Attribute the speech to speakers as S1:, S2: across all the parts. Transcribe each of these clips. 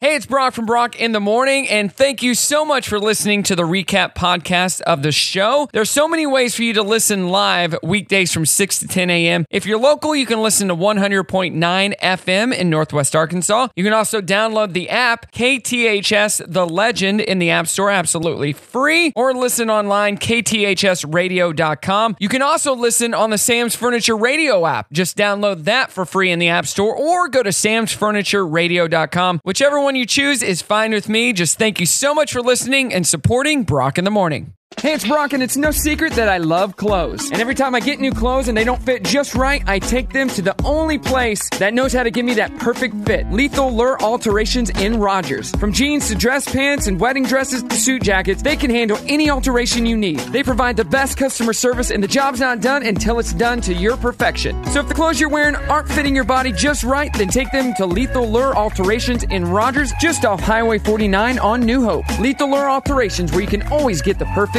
S1: Hey, it's Brock from Brock in the Morning, and thank you so much for listening to the recap podcast of the show. There's so many ways for you to listen live weekdays from 6 to 10 a.m. If you're local, you can listen to 100.9 FM in Northwest Arkansas. You can also download the app KTHS The Legend in the App Store absolutely free, or listen online kthsradio.com. You can also listen on the Sam's Furniture Radio app. Just download that for free in the App Store, or go to samsfurnitureradio.com. Whichever one you choose is fine with me. Just thank you so much for listening and supporting Brock in the Morning. Hey, it's Brock, and it's no secret that I love clothes. And every time I get new clothes and they don't fit just right, I take them to the only place that knows how to give me that perfect fit Lethal Lure Alterations in Rogers. From jeans to dress pants and wedding dresses to suit jackets, they can handle any alteration you need. They provide the best customer service, and the job's not done until it's done to your perfection. So if the clothes you're wearing aren't fitting your body just right, then take them to Lethal Lure Alterations in Rogers, just off Highway 49 on New Hope. Lethal Lure Alterations, where you can always get the perfect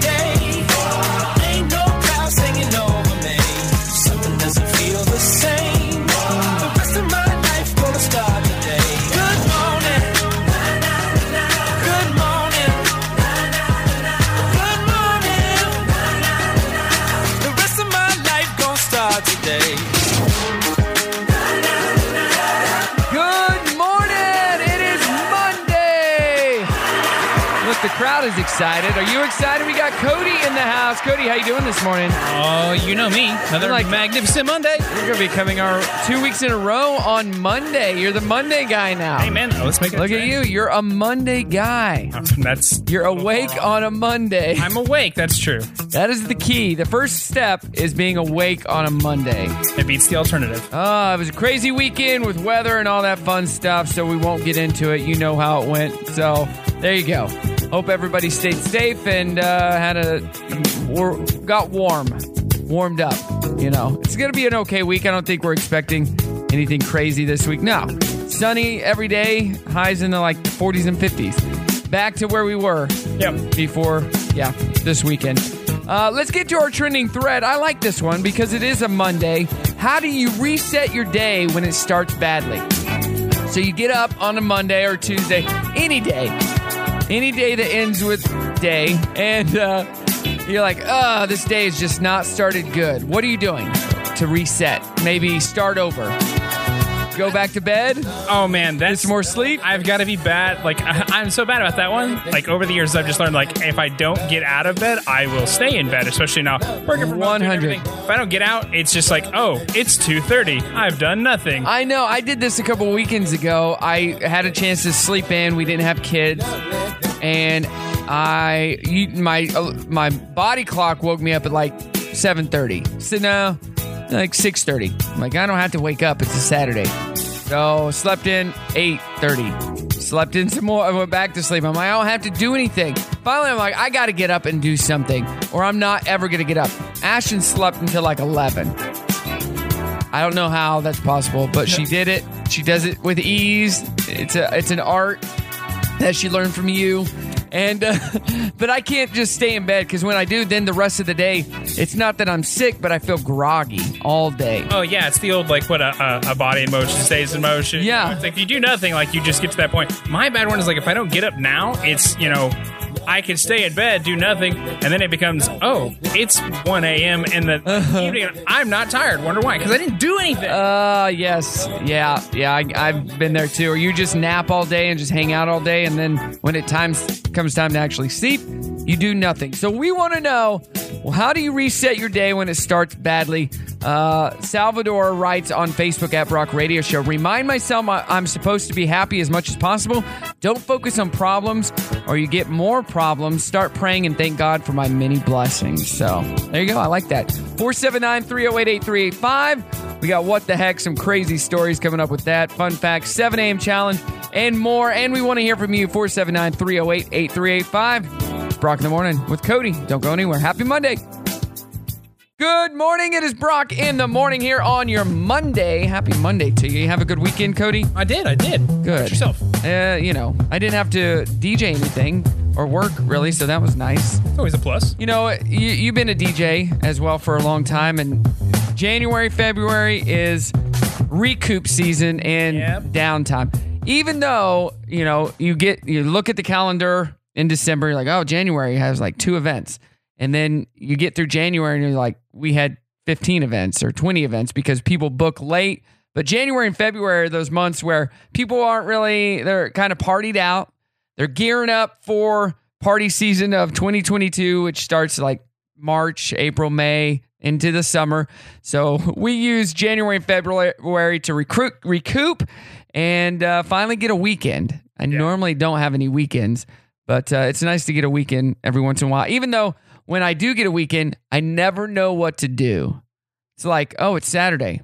S2: day. Ain't no clouds hanging over me. Something doesn't feel the same. The rest of my life gonna start today. Good morning. Good morning. Good morning. The rest of my life gonna start today.
S1: Good morning! It is Monday. Look, the crowd is excited. Are you excited? We got Cody in the house. Cody, how you doing this morning?
S3: Oh, you know me. Another
S1: Like-
S3: magnificent Monday.
S1: You're gonna be coming our two weeks in a row on Monday. You're the Monday guy now.
S3: Hey, man, oh, let's make it. a
S1: Look at
S3: trend.
S1: you. You're a Monday guy.
S3: That's.
S1: You're awake on a Monday.
S3: I'm awake. That's true.
S1: That is the key. The first step is being awake on a Monday.
S3: It beats the alternative.
S1: Uh, it was a crazy weekend with weather and all that fun stuff, so we won't get into it. You know how it went. So there you go. Hope everybody stayed safe and uh, had a or got warm, warmed up. You know, it's gonna be an okay week. I don't think we're expecting anything crazy this week. No, sunny every day, highs in the like 40s and 50s. Back to where we were
S3: Yep.
S1: before, yeah, this weekend. Uh, let's get to our trending thread. I like this one because it is a Monday. How do you reset your day when it starts badly? So you get up on a Monday or Tuesday, any day, any day that ends with day, and uh, you're like, oh, this day has just not started good. What are you doing to reset? Maybe start over. Go back to bed,
S3: Oh man, that's
S1: some more sleep.
S3: I've got to be bad. Like I, I'm so bad about that one. Like over the years, I've just learned like if I don't get out of bed, I will stay in bed. Especially now, working from home, doing
S1: 100.
S3: everything. If I don't get out, it's just like oh, it's two thirty. I've done nothing.
S1: I know. I did this a couple weekends ago. I had a chance to sleep in. We didn't have kids, and I you- my uh, my body clock woke me up at like seven thirty. So no, like six thirty. Like I don't have to wake up. It's a Saturday. So slept in eight thirty. Slept in some more. I went back to sleep. I'm like, I don't have to do anything. Finally, I'm like, I got to get up and do something, or I'm not ever gonna get up. Ashton slept until like eleven. I don't know how that's possible, but she did it. She does it with ease. It's a it's an art that she learned from you. And uh, but I can't just stay in bed because when I do, then the rest of the day, it's not that I'm sick, but I feel groggy all day.
S3: Oh yeah, it's the old like what a, a, a body in motion stays in motion.
S1: Yeah.
S3: You know, it's like you do nothing, like you just get to that point. My bad one is like if I don't get up now, it's you know I could stay in bed, do nothing, and then it becomes oh it's one a.m. in the evening. and I'm not tired. Wonder why? Because I didn't do anything.
S1: Uh, yes, yeah, yeah. I, I've been there too. Or you just nap all day and just hang out all day, and then when it times comes time to actually sleep, you do nothing. So we want to know, well, how do you reset your day when it starts badly? Uh, Salvador writes on Facebook at Brock Radio Show. Remind myself I- I'm supposed to be happy as much as possible. Don't focus on problems, or you get more problems. Start praying and thank God for my many blessings. So there you go. I like that. 479 308 8385. We got what the heck, some crazy stories coming up with that. Fun facts, 7 a.m. challenge, and more. And we want to hear from you, 479 308 8385. Brock in the morning with Cody. Don't go anywhere. Happy Monday. Good morning. It is Brock in the morning here on your Monday. Happy Monday to you. You Have a good weekend, Cody.
S3: I did. I did.
S1: Good.
S3: How's yourself.
S1: Uh, you know, I didn't have to DJ anything or work really, so that was nice.
S3: It's always a plus.
S1: You know, you, you've been a DJ as well for a long time, and January, February is recoup season and
S3: Yep.
S1: downtime. Even though, you know, you get, you look at the calendar in December, you're like, oh, January has like two events. And then you get through January and you're like, we had 15 events or 20 events because people book late. But January and February are those months where people aren't really, they're kind of partied out. They're gearing up for party season of 2022, which starts like March, April, May into the summer. So we use January and February to recruit, recoup, and uh, finally get a weekend. I normally don't have any weekends, but uh, it's nice to get a weekend every once in a while. Even though when I do get a weekend, I never know what to do. It's like, oh, it's Saturday.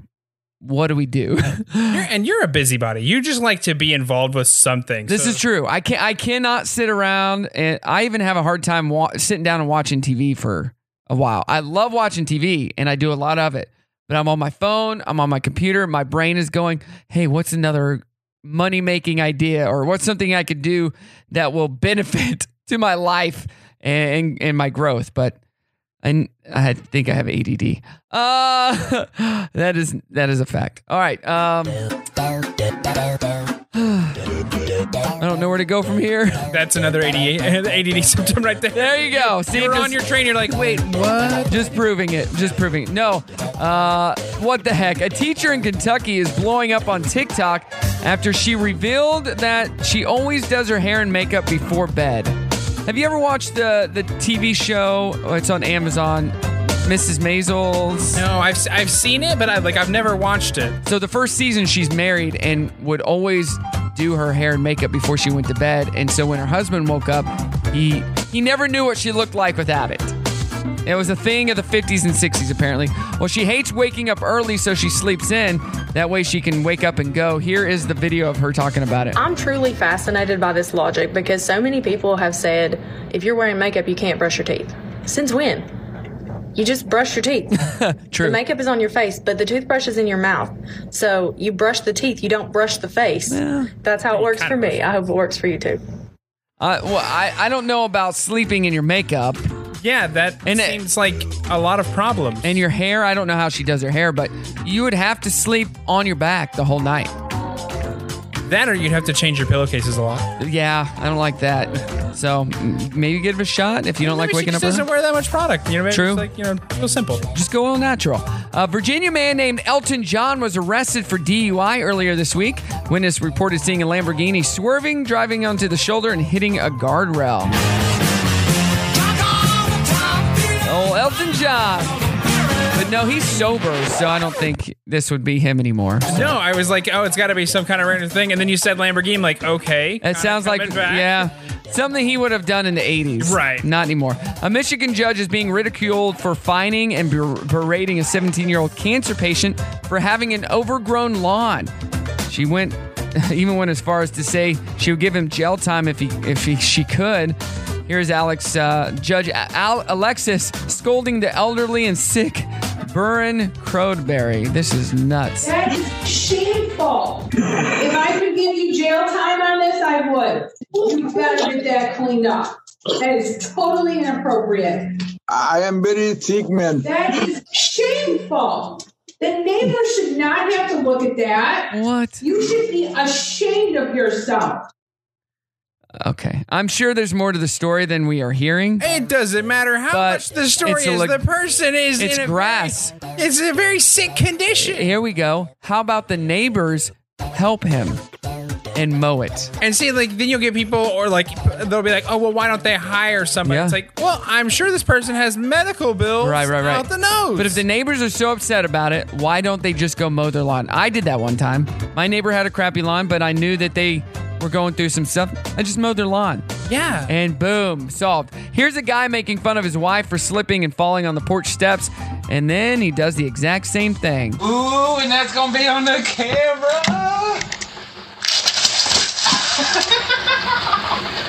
S1: What do we do?
S3: You're, and you're a busybody. You just like to be involved with something.
S1: This
S3: So-
S1: is true. I can not I cannot sit around, and I even have a hard time wa- sitting down and watching TV for a while. I love watching TV, and I do a lot of it. But I'm on my phone. I'm on my computer. My brain is going, "Hey, what's another money making idea, or what's something I could do that will benefit to my life and and my growth?" But I, I think I have ADD. Uh, that is that is a fact. All right. Um, I don't know where to go from here.
S3: That's another ADD, ADD symptom right there.
S1: There you go. See,
S3: You're
S1: just,
S3: on your train. You're like, wait, what?
S1: just proving it. Just proving it. No. Uh, what the heck? A teacher in Kentucky is blowing up on TikTok after she revealed that she always does her hair and makeup before bed. Have you ever watched the the TV show? Oh, it's on Amazon. Mrs. Maisel's.
S3: No, I've I've seen it, but I like I've never watched it.
S1: So the first season, she's married and would always do her hair and makeup before she went to bed. And so when her husband woke up, he he never knew what she looked like without it. It was a thing of the 50s and 60s, apparently. Well, she hates waking up early, so she sleeps in. That way she can wake up and go. Here is the video of her talking about it.
S4: I'm truly fascinated by this logic because so many people have said if you're wearing makeup, you can't brush your teeth. Since when? You just brush your teeth.
S1: True.
S4: The makeup is on your face, but the toothbrush is in your mouth. So you brush the teeth, you don't brush the face. That's how it works
S3: kinda
S4: for
S3: brush
S4: me.
S3: it.
S4: I hope it works for you too.
S1: Uh, well, I, I don't know about sleeping in your makeup.
S3: Yeah, that
S1: And it-
S3: seems like a lot of problems.
S1: And your hair, I don't know how she does her hair, but you would have to sleep on your back the whole night.
S3: that, or you'd have to change your pillowcases a lot.
S1: Yeah, I don't like that. So m- maybe give it a shot if you don't like
S3: Maybe she
S1: waking up
S3: just doesn't
S1: early.
S3: wear that much product. You know, maybe
S1: True.
S3: It's like you know, real simple.
S1: Just go all natural. A Virginia man named Elton John was arrested for DUI earlier this week. Witness reported seeing a Lamborghini swerving, driving onto the shoulder, and hitting a guardrail. Oh, Elton John. But no, he's sober, so I don't think this would be him anymore.
S3: No, I was like, oh, it's got to be some kind of random thing. And then you said Lamborghini, like, okay.
S1: That
S3: kinda
S1: sounds like
S3: coming back.
S1: yeah, something he would have done in the 80s.
S3: Right.
S1: Not anymore. A Michigan judge is being ridiculed for fining and ber- berating a 17-year-old cancer patient for having an overgrown lawn. She went even went as far as to say she would give him jail time if he if he, she could. Here's Alex uh, Judge Al- Alexis scolding the elderly and sick Burren Crodberry. This is nuts.
S5: That is shameful. If I could give you jail time on this, I would. You've got to get that cleaned up. That is totally inappropriate.
S6: I am very sick, man.
S5: That is shameful. The neighbors should not have to look at that.
S1: What?
S5: You should be ashamed of yourself.
S1: Okay. I'm sure there's more to the story than we are hearing.
S3: It doesn't matter how
S1: But
S3: much the story
S1: it's a
S3: is.
S1: leg-
S3: the person is
S1: it's
S3: in a
S1: grass.
S3: Very, it's a very sick condition.
S1: Here we go. How about the neighbors help him and mow it?
S3: And see, like, then you'll get people, or like, they'll be like, oh, well, why don't they hire somebody?
S1: Yeah.
S3: It's like, well, I'm sure this person has medical bills
S1: Right, right, right.
S3: out the nose.
S1: But if the neighbors are so upset about it, why don't they just go mow their lawn? I did that one time. My neighbor had a crappy lawn, but I knew that they were going through some stuff. I just mowed their lawn.
S3: yeah.
S1: And boom, solved. Here's a guy making fun of his wife for slipping and falling on the porch steps, and then he does the exact same thing.
S2: Ooh, and that's gonna be on the camera.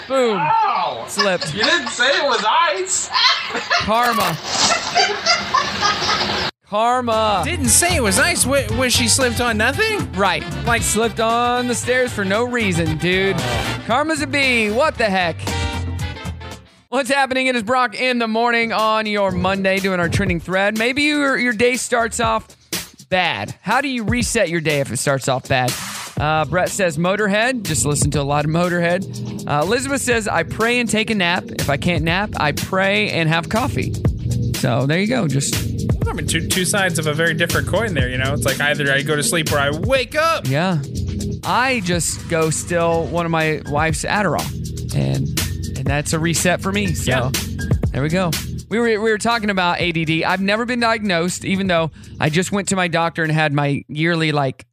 S1: Boom.
S2: Ow!
S1: Slipped.
S7: You didn't say it was ice.
S1: Karma. Karma.
S3: Didn't say it was ice. Wa- Was she slipped on nothing?
S1: Right. Like slipped on the stairs for no reason, dude. Karma's a bee. What the heck? What's happening? It is Brock in the morning on your Monday doing our trending thread. Maybe your, your day starts off bad. How do you reset your day if it starts off bad? Uh, Brett says Motorhead. Just listen to a lot of Motorhead. Uh, Elizabeth says I pray and take a nap. If I can't nap, I pray and have coffee. So there you go. Just
S3: I mean, two two sides of a very different coin. There, you know, it's like either I go to sleep or I wake up.
S1: Yeah. I just go still one of my wife's Adderall. And and that's a reset for me. So
S3: Yeah.
S1: there we go. We were, we were talking about ADD. I've never been diagnosed, even though I just went to my doctor and had my yearly like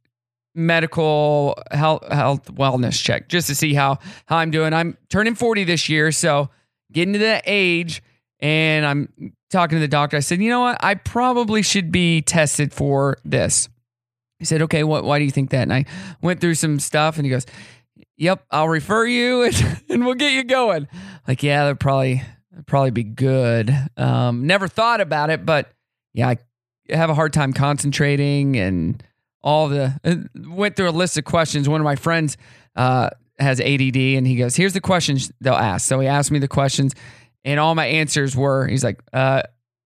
S1: medical health health wellness check just to see how how I'm doing. I'm turning 40 this year, so getting to that age and I'm talking to the doctor. I said, "You know what? I probably should be tested for this." He said, "Okay, what why do you think that?" And I went through some stuff and he goes, "Yep, I'll refer you and, and we'll get you going." Like, yeah, that'd probably that'd probably be good. Um never thought about it, but yeah, I have a hard time concentrating and all the uh, went through a list of questions. One of my friends uh, has ADD, and he goes, "Here's the questions they'll ask." So he asked me the questions, and all my answers were, he's like, uh,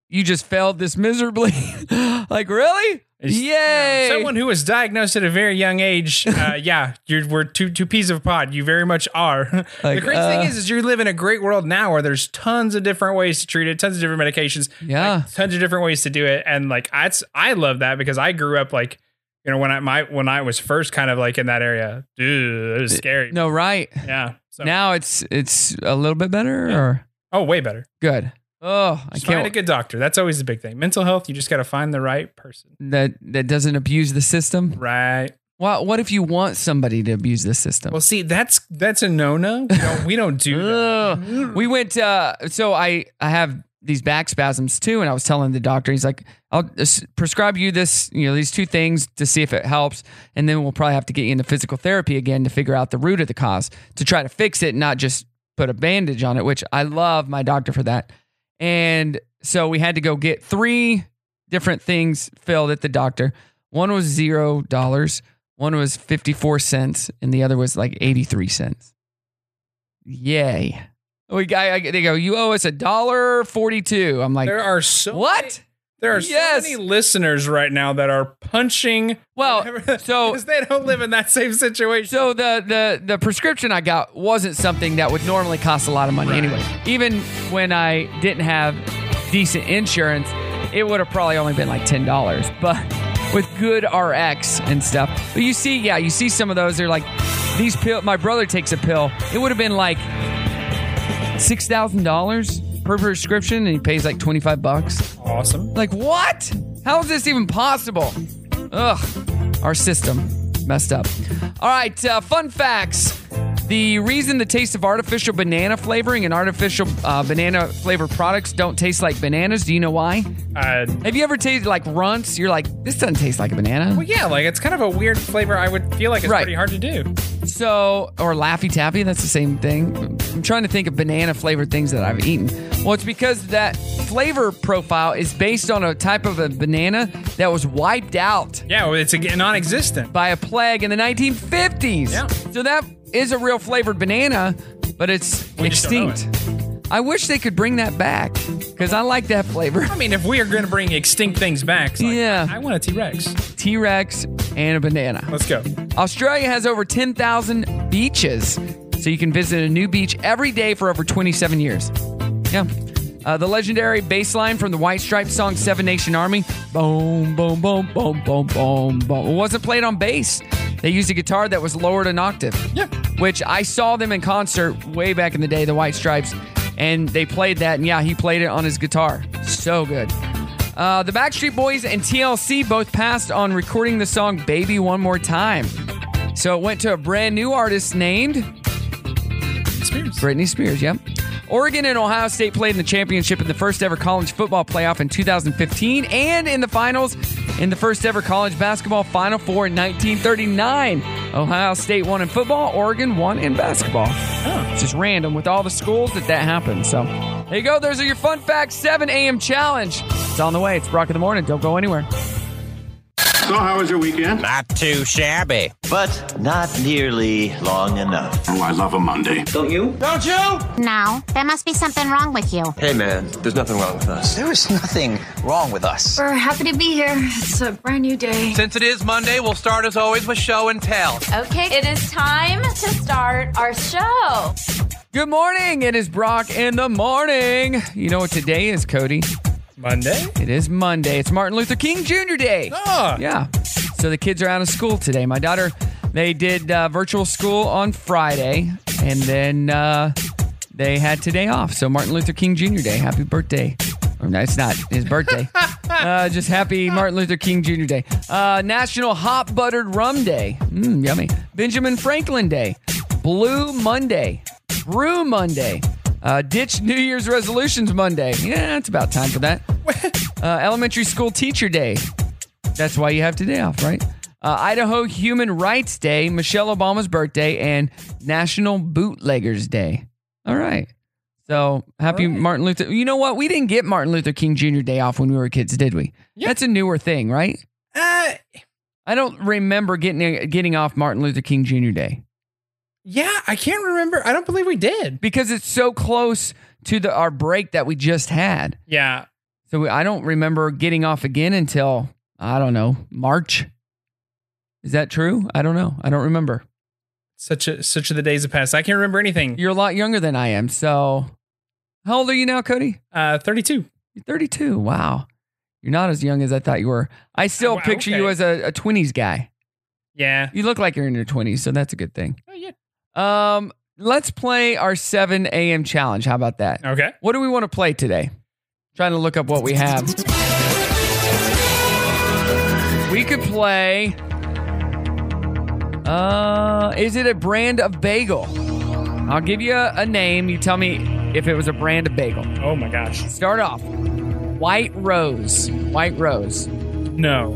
S1: "You just failed this miserably." like, really?
S3: It's- you know,
S1: Yay!
S3: Someone who was diagnosed at a very young age, uh, yeah, you're we're two two peas of a pod. You very much are. the
S1: Like,
S3: crazy
S1: uh,
S3: thing is, is you live in a great world now where there's tons of different ways to treat it, tons of different medications,
S1: Yeah.
S3: like, tons of different ways to do it, and like I I love that because I grew up like you know when I my when I was first kind of like in that area, dude, it was scary.
S1: no, right?
S3: yeah. So
S1: Now it's it's a little bit better, or
S3: oh, way better.
S1: good. Oh, I
S3: Just
S1: can't.
S3: find a good doctor. That's always the big thing. Mental health, you just got to find the right person.
S1: that that doesn't abuse the system.
S3: Right.
S1: What what if you want somebody to abuse the system?
S3: Well, see, that's that's a no no. We don't, we don't do that.
S1: Ugh. we went uh so i i have these back spasms too and i was telling the doctor he's like i'll s- prescribe you this you know these two things to see if it helps and then we'll probably have to get you into physical therapy again to figure out the root of the cause to try to fix it not just put a bandage on it which i love my doctor for that and so we had to go get three different things filled at the doctor one was zero dollars one was 54 cents and the other was like 83 cents yay. We got, I, they go, you owe us a dollar forty-two. I'm like,
S3: There are so
S1: what?
S3: There are
S1: Yes.
S3: so many listeners right now that are punching.
S1: Well,
S3: whatever-
S1: so-
S3: because they don't live in that same situation.
S1: So the the the prescription I got wasn't something that would normally cost a lot of money anyway. Even when I didn't have decent insurance, it would have probably only been like ten dollars. But with good RX and stuff, but you see, yeah, you see some of those. They're like these pill. My brother takes a pill. It would have been like six thousand dollars per prescription, and he pays like twenty five bucks.
S3: awesome.
S1: Like, what? How is this even possible? Ugh, our system messed up. All right, uh, fun facts. The reason the taste of artificial banana flavoring and artificial uh, banana flavored products don't taste like bananas, do you know why?
S3: Uh,
S1: Have you ever tasted like runts? You're like, this doesn't taste like a banana.
S3: well, yeah, like it's kind of a weird flavor. I would feel like it's
S1: Right.
S3: pretty hard to do.
S1: So, or Laffy Taffy, that's the same thing. I'm trying to think of banana flavored things that I've eaten. Well, it's because that flavor profile is based on a type of a banana that was wiped out
S3: Yeah, well, it's a, non-existent.
S1: by a plague in the 1950s.
S3: Yeah.
S1: So that is a real flavored banana, but it's
S3: We just don't know
S1: extinct. I wish they could bring that back because I like that flavor.
S3: I mean, if we are going to bring extinct things back, it's like,
S1: Yeah.
S3: I want a T-Rex.
S1: T Rex and a banana.
S3: Let's go.
S1: Australia has over 10,000 beaches, so you can visit a new beach every day for over 27 years. Yeah. Uh, the legendary bass line from the White Stripes song Seven Nation Army, boom, boom, boom, boom, boom, boom, boom, It wasn't played on bass. They used a guitar that was lowered an octave.
S3: Yeah.
S1: Which I saw them in concert way back in the day, the White Stripes, and they played that. And yeah, he played it on his guitar. So good. Uh, the Backstreet Boys and TLC both passed on recording the song Baby One More Time. So it went to a brand new artist named
S3: Spears.
S1: Britney Spears, yep. Oregon and Ohio State played in the championship in the first ever college football playoff in 2015 and in the finals in the first ever college basketball Final Four in 1939. Ohio State won in football, Oregon won in basketball. It's just random with all the schools that that happened. So there you go. Those are your fun facts. 7 a.m. challenge. It's on the way. It's Rock in the Morning. Don't go anywhere.
S8: So, how was your weekend?
S9: Not too shabby.
S10: but not nearly long enough.
S8: Oh, I love a Monday.
S10: Don't you?
S8: Don't you?
S11: Now, there must be something wrong with you.
S12: Hey, man, there's nothing wrong with us.
S10: There is nothing wrong with us.
S11: We're happy to be here. It's a brand new day.
S13: Since it is Monday, we'll start as always with show and tell.
S14: Okay, it is time to start our show.
S1: Good morning. It is Brock in the morning. You know what today is, Cody?
S3: Monday?
S1: It is Monday. It's Martin Luther King Jr. Day.
S3: Ah.
S1: Yeah. So the kids are out of school today. My daughter, they did uh, virtual school on Friday, and then uh, they had today off. So Martin Luther King Jr. Day. Happy birthday. Or no, it's not his birthday. uh, just happy Martin Luther King Jr. Day. Uh, National Hot Buttered Rum Day. Mmm, yummy. Benjamin Franklin Day. Blue Monday. Brew Monday. Uh, ditch New Year's Resolutions Monday. Yeah, it's about time for that. Uh, elementary School Teacher Day. That's why you have today off, right? Uh, Idaho Human Rights Day, Michelle Obama's birthday, and National Bootleggers Day. All right. So happy Martin Luther. You know what? We didn't get Martin Luther King Jr. Day off when we were kids, did we? That's a newer thing, right?
S3: Uh,
S1: I don't remember getting getting off Martin Luther King Jr. Day
S3: yeah, I can't remember. I don't believe we did.
S1: because it's so close to the our break that we just had.
S3: Yeah.
S1: So we, I don't remember getting off again until I don't know March. Is that true? I don't know. I don't remember.
S3: Such a, such are the days of past. I can't remember anything.
S1: You're a lot younger than I am. So how old are you now, Cody?
S3: Uh, 32.
S1: You're 32. Wow. You're not as young as I thought you were. I still
S3: Wow,
S1: picture you
S3: okay.
S1: as a, a 20s guy.
S3: Yeah.
S1: You look like you're in your 20s, so that's a good thing.
S3: Oh, yeah.
S1: Um, let's play our 7 a.m. challenge. How about that?
S3: Okay.
S1: What do we want to play today? Trying to look up what we have. We could play. Uh, is it a brand of bagel? I'll give you a, a name. You tell me if it was a brand of bagel.
S3: Oh my gosh.
S1: Start off. White Rose. White Rose.
S3: No.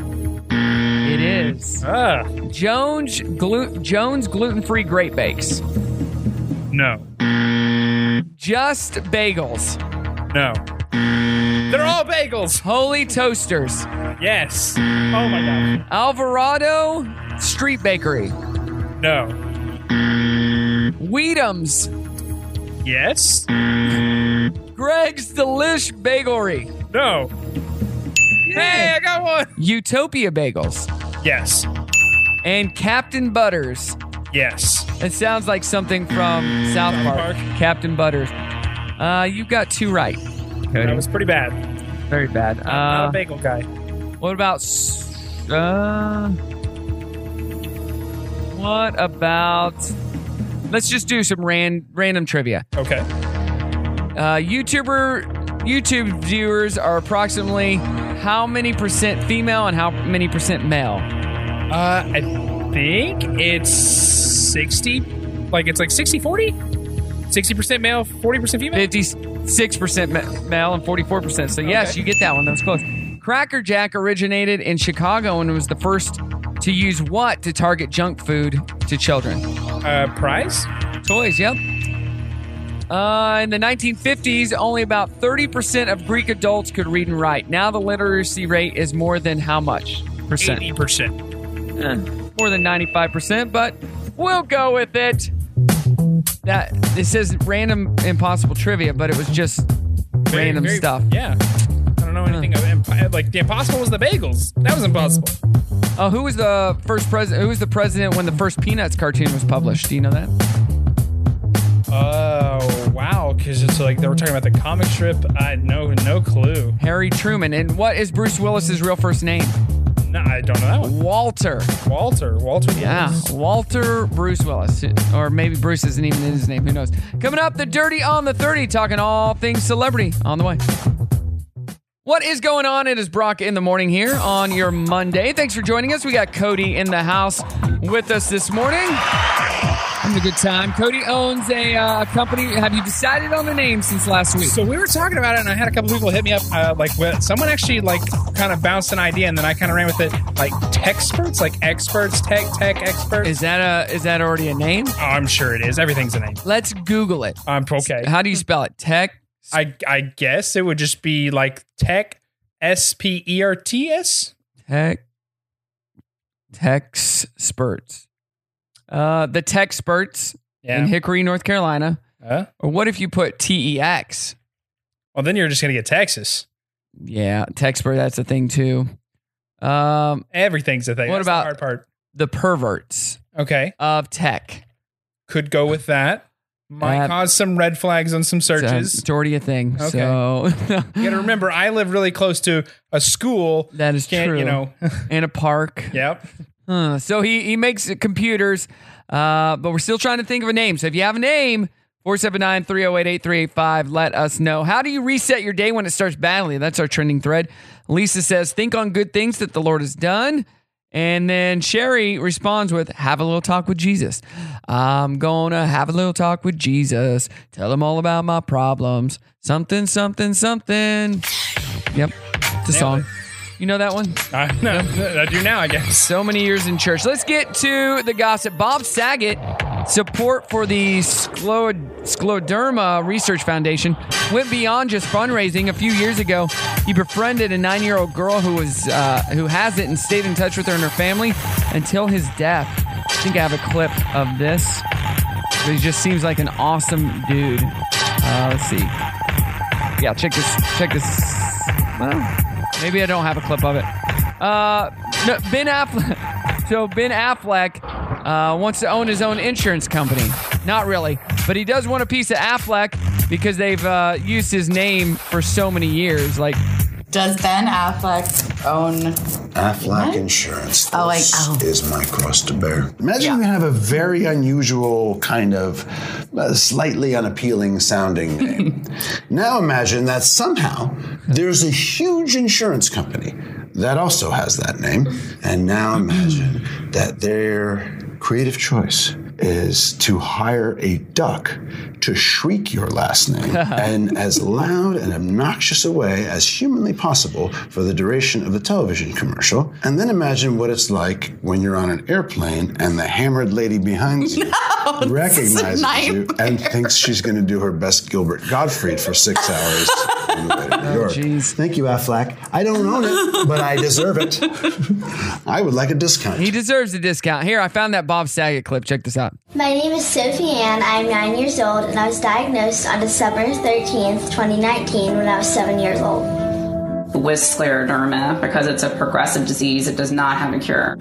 S1: It is.
S3: Ah.
S1: Jones glu- Jones gluten-free great bakes.
S3: No.
S1: Just bagels.
S3: No. They're all bagels.
S1: Holy toasters.
S3: Yes. Oh my
S1: Alvarado Street Bakery.
S3: gosh. No.
S1: Weedums.
S3: Yes.
S1: Greg's Delish Bagelry.
S3: No. Hey, I got one.
S1: Utopia Bagels.
S3: Yes.
S1: And Captain Butters.
S3: Yes.
S1: It sounds like something from South Park.
S3: Park.
S1: Captain Butters. Uh, you got two right.
S3: That
S1: Cody.
S3: was pretty bad.
S1: very bad.
S3: Not
S1: Uh,
S3: a bagel guy.
S1: what about. s- Uh, what about. Let's just do some ran, random trivia.
S3: Okay.
S1: Uh, YouTuber, YouTube viewers are approximately how many percent female and how many percent male?
S3: Uh, I think it's 60. Like, it's like 60 40? 60% male, 40% female?
S1: Fifty-six percent male and forty-four percent. So yes,
S3: Okay.
S1: you get that one. That was close. Cracker Jack originated in Chicago and was the first to use what to target junk food to children?
S3: Uh, prize?
S1: Toys. Yep. Uh, in the 1950s, only about 30% of Greek adults could read and write. Now the literacy rate is more than how much percent?
S3: 80%.
S1: Eh, more than 95%, but we'll go with it. That it says random impossible trivia, but it was just
S3: Very-
S1: random
S3: very-
S1: stuff.
S3: Yeah. I don't know anything of imp- like the impossible was the bagels. That was impossible.
S1: Oh, who was the first president? Who was the president when the first Peanuts cartoon was published? Do you know that?
S3: Oh wow, because it's like they were talking about the comic strip. I no no clue.
S1: Harry Truman. And what is Bruce Willis's real first name?
S3: No, I don't know that one.
S1: Walter.
S3: Walter. Walter.
S1: Yeah,
S3: Willis.
S1: Walter Bruce Willis. Or maybe Bruce isn't even in his name. Who knows? Coming up, the Dirty on the 30, talking all things celebrity on the way. What is going on? It is Brock in the morning here on your Monday. Thanks for joining us. We got Cody in the house with us this morning. I'm having a good time. Cody owns a uh, company. Have you decided on a name since last week?
S3: So we were talking about it, and I had a couple people hit me up. Uh, like, with, someone actually like kind of bounced an idea, and then I kind of ran with it. Like techsperts, like experts, tech tech experts.
S1: Is that a is that already a name?
S3: Oh, I'm sure it is. Everything's a name.
S1: Let's Google it.
S3: I'm okay.
S1: How do you spell it? Tech.
S3: I I guess it would just be like tech, S P E R T S.
S1: Tech. Techsperts. Uh, the Techsperts
S3: Yeah.
S1: in Hickory, North Carolina.
S3: Huh?
S1: Or what if you put T E X?
S3: Well, then you're just gonna get Texas.
S1: Yeah, Techspert. That's a thing too. Um,
S3: Everything's a thing.
S1: What
S3: That's the
S1: about-
S3: hard part?
S1: the perverts
S3: Okay,
S1: of tech.
S3: could go with that. Might
S1: Uh,
S3: cause some red flags on some searches.
S1: It's already a thing.
S3: Okay.
S1: So
S3: You gotta remember, I live really close to a school.
S1: that is
S3: Can't
S1: true.
S3: you know?
S1: in a park.
S3: yep.
S1: Huh. So he he makes computers, uh, but we're still trying to think of a name. So if you have a name, 479 308 8385, let us know. How do you reset your day when it starts badly? That's our trending thread. Lisa says, Think on good things that the Lord has done. And then Sherry responds with, Have a little talk with Jesus. I'm going to have a little talk with Jesus. Tell him all about my problems. Something, something, something. Yep. It's a song. You know that one?
S3: I, I do now, I guess.
S1: So many years in church. Let's get to the gossip. Bob Saget, support for the Sclo- Scleroderma Research Foundation, went beyond just fundraising. A few years ago, he befriended a nine-year-old girl who was uh, who has it and stayed in touch with her and her family until his death. I think I have a clip of this. But he just seems like an awesome dude. Uh, let's see. Yeah, check this. Check this. Well, maybe I don't have a clip of it. Uh, no, Ben Affleck. So Ben Affleck uh, wants to own his own insurance company. Not really, but he does want a piece of Affleck because they've uh, used his name for so many years. Like,
S9: Does Ben Affleck own?
S15: Aflac
S9: What?
S15: Insurance. This
S9: Oh, like- oh.
S15: is my cross to bear. Imagine you have a very unusual kind of uh, slightly unappealing sounding name. now imagine that somehow there's a huge insurance company that also has that name, and now imagine that their creative choice is to hire a duck to shriek your last name in as loud and obnoxious a way as humanly possible for the duration of the television commercial. And then imagine what it's like when you're on an airplane and the hammered lady behind you recognizes you and thinks she's going to do her best Gilbert Gottfried for six hours. on the way to
S1: oh,
S15: New York. Thank you, Affleck. I don't own it, but I deserve it. I would like a discount.
S1: he deserves a discount. Here, I found that Bob Saget clip. Check this out.
S16: My name is Sophie Ann. I'm nine years old, and I was diagnosed on December 13th, 2019, when I was seven years old.
S17: with scleroderma because it's a progressive disease. It does not have a cure.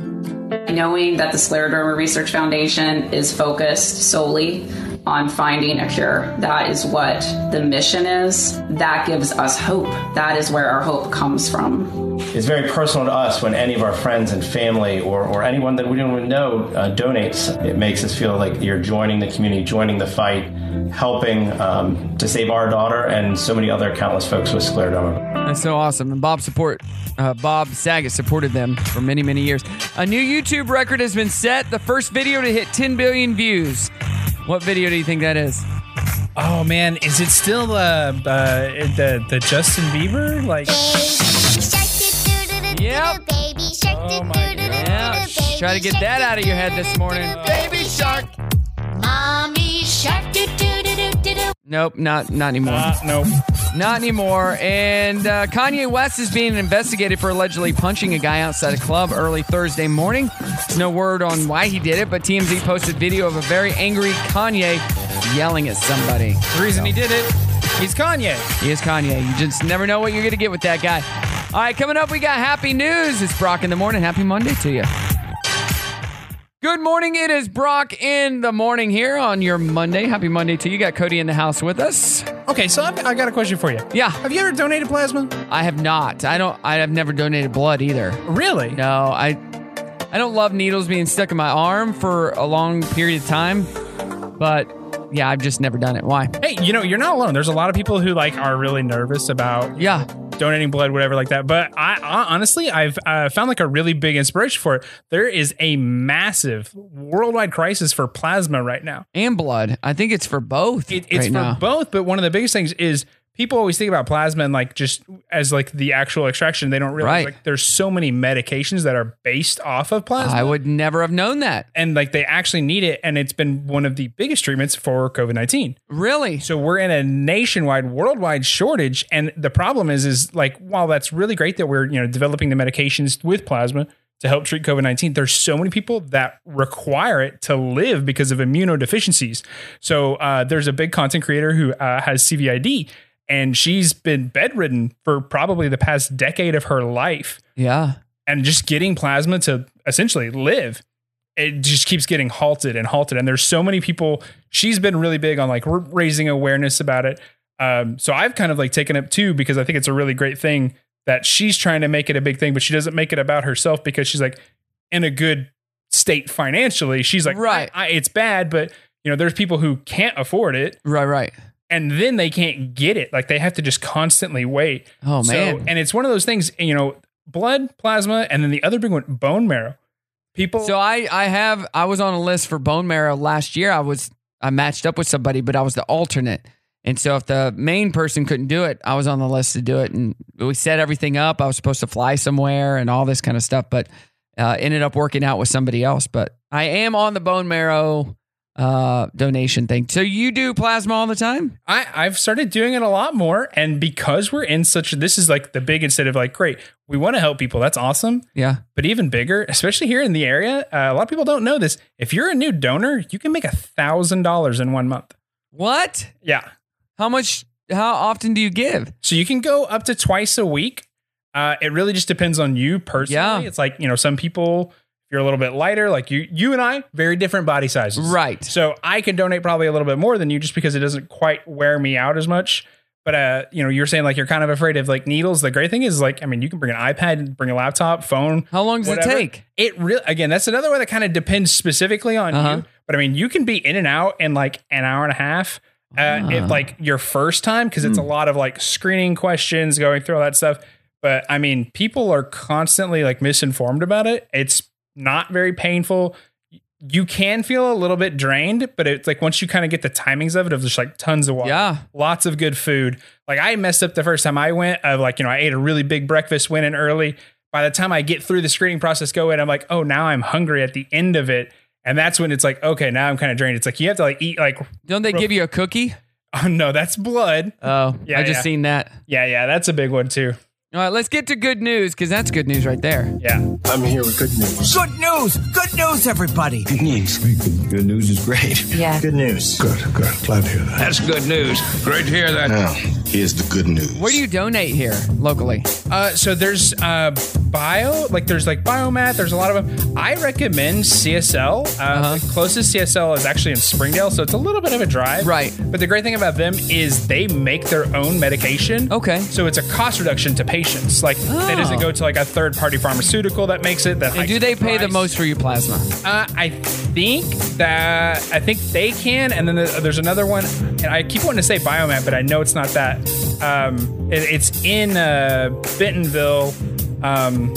S17: Knowing that the Scleroderma Research Foundation is focused solely on finding a cure, that is what the mission is. That gives us hope. That is where our hope comes from.
S18: It's very personal to us when any of our friends and family or, or anyone that we don't even know uh, donates. It makes us feel like you're joining the community, joining the fight, helping um, to save our daughter and so many other countless folks with scleroderma.
S1: That's so awesome. And Bob support uh, Bob Saget supported them for many, many years. A new YouTube record has been set. The first video to hit 10 billion views. What video do you think that is?
S3: Oh man, is it still uh, uh the the Justin Bieber like?
S1: Yep.
S19: Oh,
S1: Yeah. Try to get that out of your head this morning.
S19: Baby shark. Mommy shark. Do, do, do, do, do, do.
S1: Nope, not not anymore.
S3: Uh, nope.
S1: Not anymore. And uh, Kanye West is being investigated for allegedly punching a guy outside a club early Thursday morning. There's no word on why he did it, but TMZ posted video of a very angry Kanye yelling at somebody.
S3: The reason he did it, he's Kanye.
S1: He is Kanye. You just never know what you're going to get with that guy. All right, coming up, we got happy news. It's Brock in the morning. Happy Monday to you. Good morning. It is Brock in the morning here on your Monday. Happy Monday to you. Got Cody in the house with us.
S3: Okay, so I've, I got a question for you.
S1: Yeah. Have
S3: you ever donated plasma?
S1: I have not. I don't. I have never donated blood either.
S3: Really?
S1: No. I. I don't love needles being stuck in my arm for a long period of time, but yeah, I've just never done it. Why?
S3: Hey, you know you're not alone. There's a lot of people who like are really nervous about
S1: Yeah.
S3: donating blood, whatever like that. But I, I honestly, I've uh, found like a really big inspiration for it. There is a massive worldwide crisis for plasma right now.
S1: and blood. I think it's for both.
S3: It, it's
S1: right
S3: for
S1: now.
S3: both, but one of the biggest things is people always think about plasma and like just as like the actual extraction. They don't realize
S1: Right.
S3: like there's so many medications that are based off of plasma.
S1: I would never have known that.
S3: and like they actually need it and it's been one of the biggest treatments for covid-19
S1: really
S3: so we're in a nationwide worldwide shortage and the problem is is like while that's really great that we're you know developing the medications with plasma to help treat covid-19 there's so many people that require it to live because of immunodeficiencies so uh, there's a big content creator who uh, has cvid and she's been bedridden for probably the past decade of her life
S1: Yeah.
S3: and just getting plasma to essentially live it just keeps getting halted and halted and there's so many people she's been really big on like r- raising awareness about it um, so i've kind of like taken up too because i think it's a really great thing that she's trying to make it a big thing but she doesn't make it about herself because she's like in a good state financially she's like right I, I- it's bad but you know there's people who can't afford it
S1: right right
S3: and then they can't get it like they have to just constantly wait
S1: Oh, man.
S3: and it's one of those things you know blood plasma and then the other big one bone marrow people
S1: So I I have I was on a list for bone marrow last year. I was I matched up with somebody, but I was the alternate. And so if the main person couldn't do it, I was on the list to do it. And we set everything up. I was supposed to fly somewhere and all this kind of stuff, but uh, ended up working out with somebody else. But I am on the bone marrow uh, donation thing. So you do plasma all the time?
S3: I, I've started doing it a lot more. And because we're in such, this is like the big instead of like, great, we want to help people. That's awesome.
S1: Yeah.
S3: But even bigger, especially here in the area, uh, a lot of people don't know this. If you're a new donor, you can make a thousand dollars in one month.
S1: What?
S3: Yeah.
S1: How much? How often do you give?
S3: So you can go up to twice a week. Uh, it really just depends on you personally.
S1: Yeah.
S3: It's like you know, some people you're a little bit lighter, like you, you and I, very different body sizes.
S1: Right.
S3: So I can donate probably a little bit more than you just because it doesn't quite wear me out as much. But uh, you know, you're saying like you're kind of afraid of like needles. The great thing is like, I mean, you can bring an iPad, bring a laptop, phone.
S1: How long does it
S3: whatever.
S1: take?
S3: It really again, that's another one that kind of depends specifically on
S1: Uh-huh.
S3: you. But I mean, you can be in and out in like an hour and a half. Uh,
S1: Ah.
S3: if like your first time, because it's a lot of like screening questions, going through all that stuff. But I mean, people are constantly like misinformed about it. It's not very painful. You can feel a little bit drained, but it's like once you kind of get the timings of it, of just like tons of water,
S1: Yeah.
S3: lots of good food. Like I messed up the first time I went. Of like you know, I ate a really big breakfast, went in early. By the time I get through the screening process, go in, I'm like, oh, now I'm hungry at the end of it, and that's when it's like, okay, now I'm kind of drained. It's like you have to like eat like.
S1: Don't they
S3: real-
S1: give you a cookie?
S3: Oh no, that's blood.
S1: Oh,
S3: Yeah,
S1: I just
S3: yeah.
S1: seen that.
S3: Yeah, yeah, that's a big one too.
S1: All right, let's get to good news because that's good news right there.
S3: Yeah.
S12: I'm here with good news.
S2: Good news! Good news, everybody!
S12: Good news. Good, good news is great.
S9: Yeah.
S12: Good news. Good, good. Glad to hear that.
S20: That's good news. Great to hear that.
S12: Now, here's the good news.
S1: Where do you donate here locally?
S3: Uh, so there's uh, bio, like there's like biomat. There's a lot of them. I recommend CSL. Uh,
S1: Uh-huh.
S3: The closest CSL is actually in Springdale, so it's a little bit of a drive.
S1: Right.
S3: But the great thing about them is they make their own medication.
S1: Okay.
S3: So it's a cost reduction to patients. Like it doesn't
S1: Oh.
S3: go to like a third party pharmaceutical that makes it. That
S1: And do they pay the most for your plasma?
S3: Uh, I think that I think they can, and then the, there's another one, and I keep wanting to say Biomat, but I know it's not that. Um, it, it's in uh, Bentonville. Um,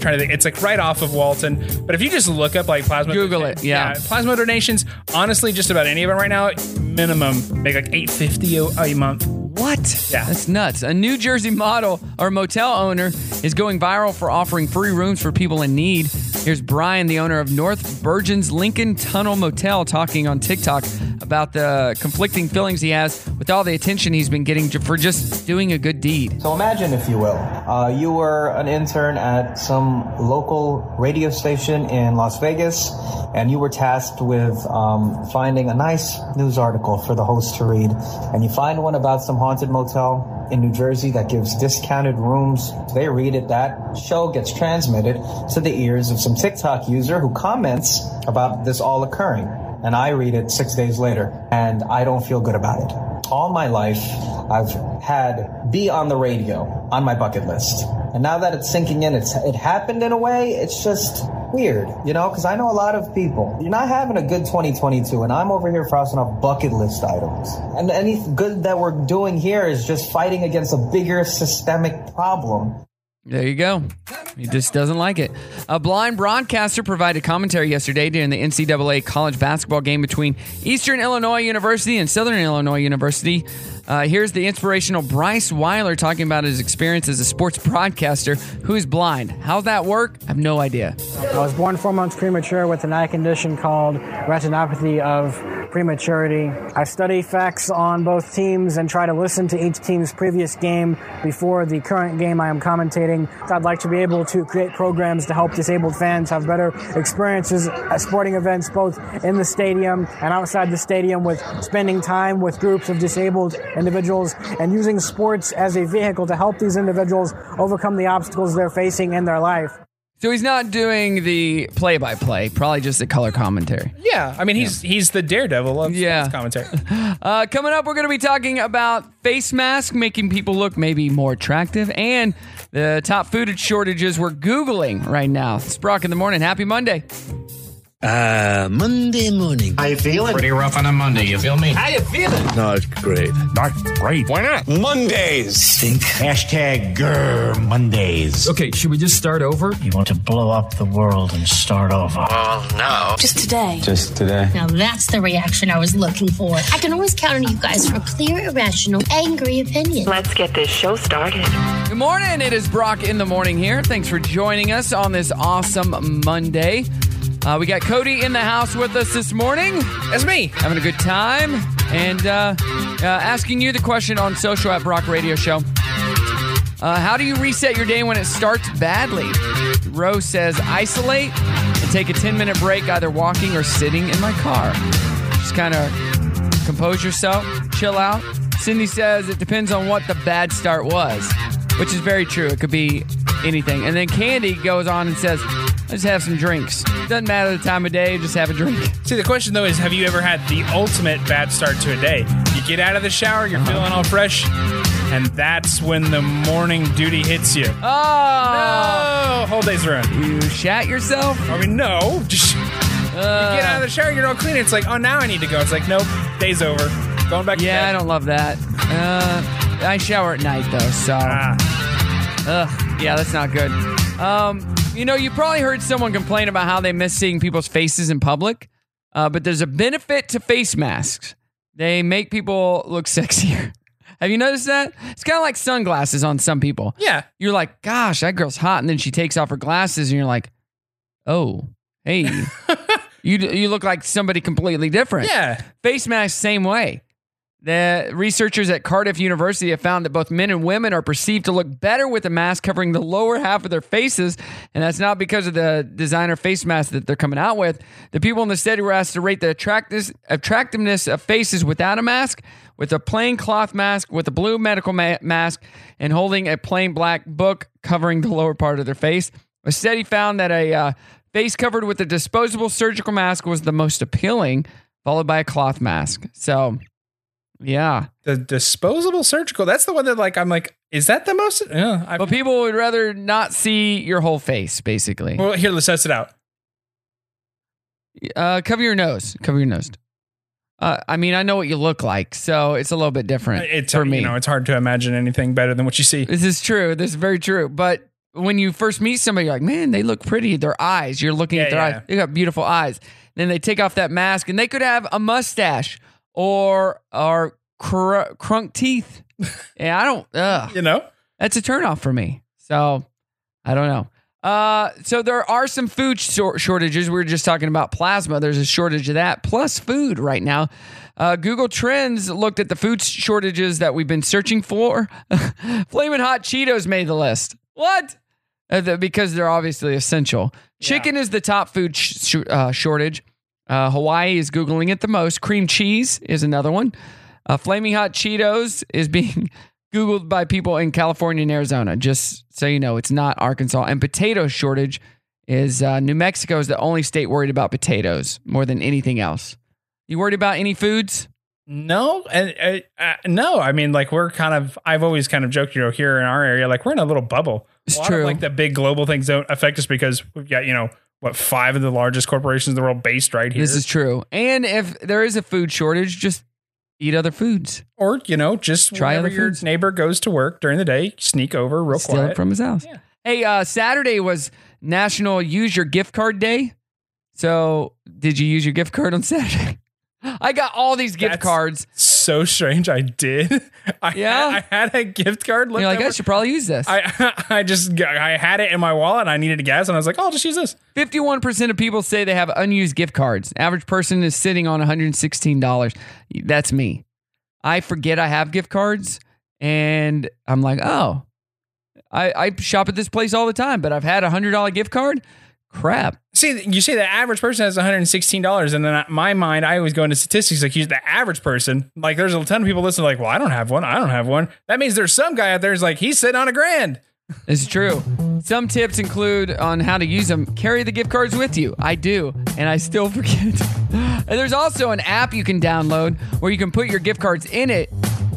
S3: trying to think, it's like right off of Walton. But if you just look up like plasma,
S1: Google it, yeah.
S3: plasma donations. Honestly, just about any of them right now, minimum make like eight fifty a month.
S1: What?
S3: Yeah.
S1: That's nuts. A New Jersey model or motel owner is going viral for offering free rooms for people in need. Here's Brian, the owner of North Bergen's Lincoln Tunnel Motel, talking on TikTok about the conflicting feelings he has with all the attention he's been getting ju- for just doing a good deed.
S21: So imagine, if you will, uh, you were an intern at some local radio station in Las Vegas, and you were tasked with um, finding a nice news article for the host to read. And you find one about some haunted motel in New Jersey that gives discounted rooms. They read it. That show gets transmitted to the ears of some TikTok user who comments about this all occurring. And I read it six days later, and I don't feel good about it. All my life, I've had be on the radio on my bucket list. And now that it's sinking in, it's it happened in a way. It's just weird, you know, because I know a lot of people. You're not having a good 2022, and I'm over here crossing off bucket list items. And any good that we're doing here is just fighting against a bigger systemic problem.
S1: There you go. He just doesn't like it. A blind broadcaster provided commentary yesterday during the NCAA college basketball game between Eastern Illinois University and Southern Illinois University. Uh, here's the inspirational Bryce Weiler talking about his experience as a sports broadcaster who is blind. How's that work? I have no idea.
S4: I was born four months premature with an eye condition called retinopathy of prematurity. I study facts on both teams and try to listen to each team's previous game before the current game I am commentating. I'd like to be able to create programs to help disabled fans have better experiences at sporting events, both in the stadium and outside the stadium, with spending time with groups of disabled individuals and using sports as a vehicle to help these individuals overcome the obstacles they're facing in their life.
S1: So he's not doing the play by play, probably just the color commentary.
S3: Yeah, I mean he's he's the daredevil of
S1: Yeah.
S3: yeah. commentary.
S1: Uh, coming up, we're going to be talking about face mask making people look maybe more attractive and the top food shortages we're Googling right now. It's Brock in the morning. Happy Monday.
S22: Uh, Monday morning. How you feeling? Pretty rough on a Monday. You feel me?
S2: How you feeling?
S22: Not great. Not great. Why not? Mondays. Think. Hashtag grr Mondays. Okay, should we just start over? You want to blow up the world and start over? Well, no.
S23: Just today.
S22: Just today.
S23: Now that's the reaction I was looking for. I can always count on you guys for clear, irrational, angry opinions. Let's get this show started.
S1: Good morning. It is Brock in the morning here. Thanks for joining us on this awesome Monday. Uh, we got Cody in the house with us this morning. That's me. Having a good time and uh, uh, asking you the question on social at Brock Radio Show. Uh, how do you reset your day when it starts badly? Rose says, isolate and take a 10 minute break, either walking or sitting in my car. Just kind of compose yourself, chill out. Cindy says, it depends on what the bad start was, which is very true. It could be anything. And then Candy goes on and says, I just have some drinks. Doesn't matter the time of day, just have a drink.
S3: See, the question though is, have you ever had the ultimate bad start to a day? You get out of the shower, you're feeling all fresh, and that's when the morning duty hits you.
S1: Oh!
S3: No! Whole day's ruined.
S1: You shat yourself?
S3: I mean, no. Just,
S1: Uh.
S3: you get out of the shower, you're all clean. It's like, oh, now I need to go. It's like, nope, day's over. Going back
S1: Yeah, I
S3: to bed.
S1: don't love that. Uh, I shower at night though, so.
S3: Ah.
S1: Ugh, yeah, that's not good. Um, you know, you probably heard someone complain about how they miss seeing people's faces in public, uh, but there's a benefit to face masks. They make people look sexier. Have you noticed that? It's kind of like sunglasses on some people.
S3: Yeah.
S1: You're like, gosh, that girl's hot, and then she takes off her glasses, and you're like, oh, hey, you you look like somebody completely different.
S3: Yeah.
S1: face masks same way. The researchers at Cardiff University have found that both men and women are perceived to look better with a mask covering the lower half of their faces, and that's not because of the designer face mask that they're coming out with. The people in the study were asked to rate the attractiveness attractiveness of faces without a mask, with a plain cloth mask, with a blue medical ma- mask, and holding a plain black book covering the lower part of their face. A study found that a uh, face covered with a disposable surgical mask was the most appealing, followed by a cloth mask. So, yeah.
S3: The disposable surgical. That's the one that, like, I'm like, is that the most? Yeah. I,
S1: But people would rather not see your whole face, basically.
S3: well, here, let's test it out.
S1: Uh, cover your nose. Cover your nose. Uh, I mean, I know what you look like, so it's a little bit different
S3: It's
S1: for me.
S3: You know, it's hard to imagine anything better than what you see.
S1: This is true. This is very true. But when you first meet somebody, you're like, man, they look pretty. Their eyes, you're looking
S3: Yeah,
S1: at their
S3: yeah.
S1: eyes. They got beautiful eyes. Then they take off that mask, and they could have a mustache or or cr- crunk teeth. yeah, I don't. Ugh.
S3: You know,
S1: that's a turnoff for me. So I don't know. Uh, so there are some food shor- shortages. We were just talking about plasma. There's a shortage of that, plus food right now. Uh, Google Trends looked at the food shortages that we've been searching for. Flamin' hot Cheetos made the list. What? Uh, the- because they're obviously essential. Chicken is the top food sh- sh- uh, shortage. Uh, Hawaii is googling it the most. Cream cheese is another one. Uh, flaming hot Cheetos is being googled by people in California and Arizona. Just so you know, it's not Arkansas. And potato shortage is uh, New Mexico is the only state worried about potatoes more than anything else. You worried about any foods?
S3: No, and uh, uh, no, I mean, like we're kind of. I've always kind of joked, you know, here in our area, like we're in a little bubble. It's
S1: true.
S3: like the big global things don't affect us because we've got you know what five of the largest corporations in the world based right here.
S1: This is true. And if there is a food shortage, just eat other foods.
S3: Or, you know, just
S1: Try
S3: whenever
S1: other
S3: your
S1: foods.
S3: neighbor goes to work during the day, sneak over real
S1: Steal
S3: quiet.
S1: it from his house. Hey, uh, Saturday was National Use Your Gift Card Day. So, did you use your gift card on Saturday? I got all these gift cards.
S3: So strange. I did. I yeah. Had, I had a gift card. You're
S1: like, I should probably use this.
S3: I, I just, got- I had it in my wallet and I needed gas and I was like, oh, I'll just use this.
S1: 51% of people say they have unused gift cards. Average person is sitting on $116. That's me. I forget I have gift cards and I'm like, oh, I, I shop at this place all the time, but I've had a $100 gift card. Crap.
S3: See, you say the average person has $116, and then I- my mind, I always go into statistics like, he's the average person. Like, there's a ton of people listening, like, well, I don't have one. I don't have one. That means there's some guy out there who's like, he's sitting on a grand.
S1: It's true. Some tips include on how to use them. Carry the gift cards with you. I do, and I still forget. and there's also an app you can download where you can put your gift cards in it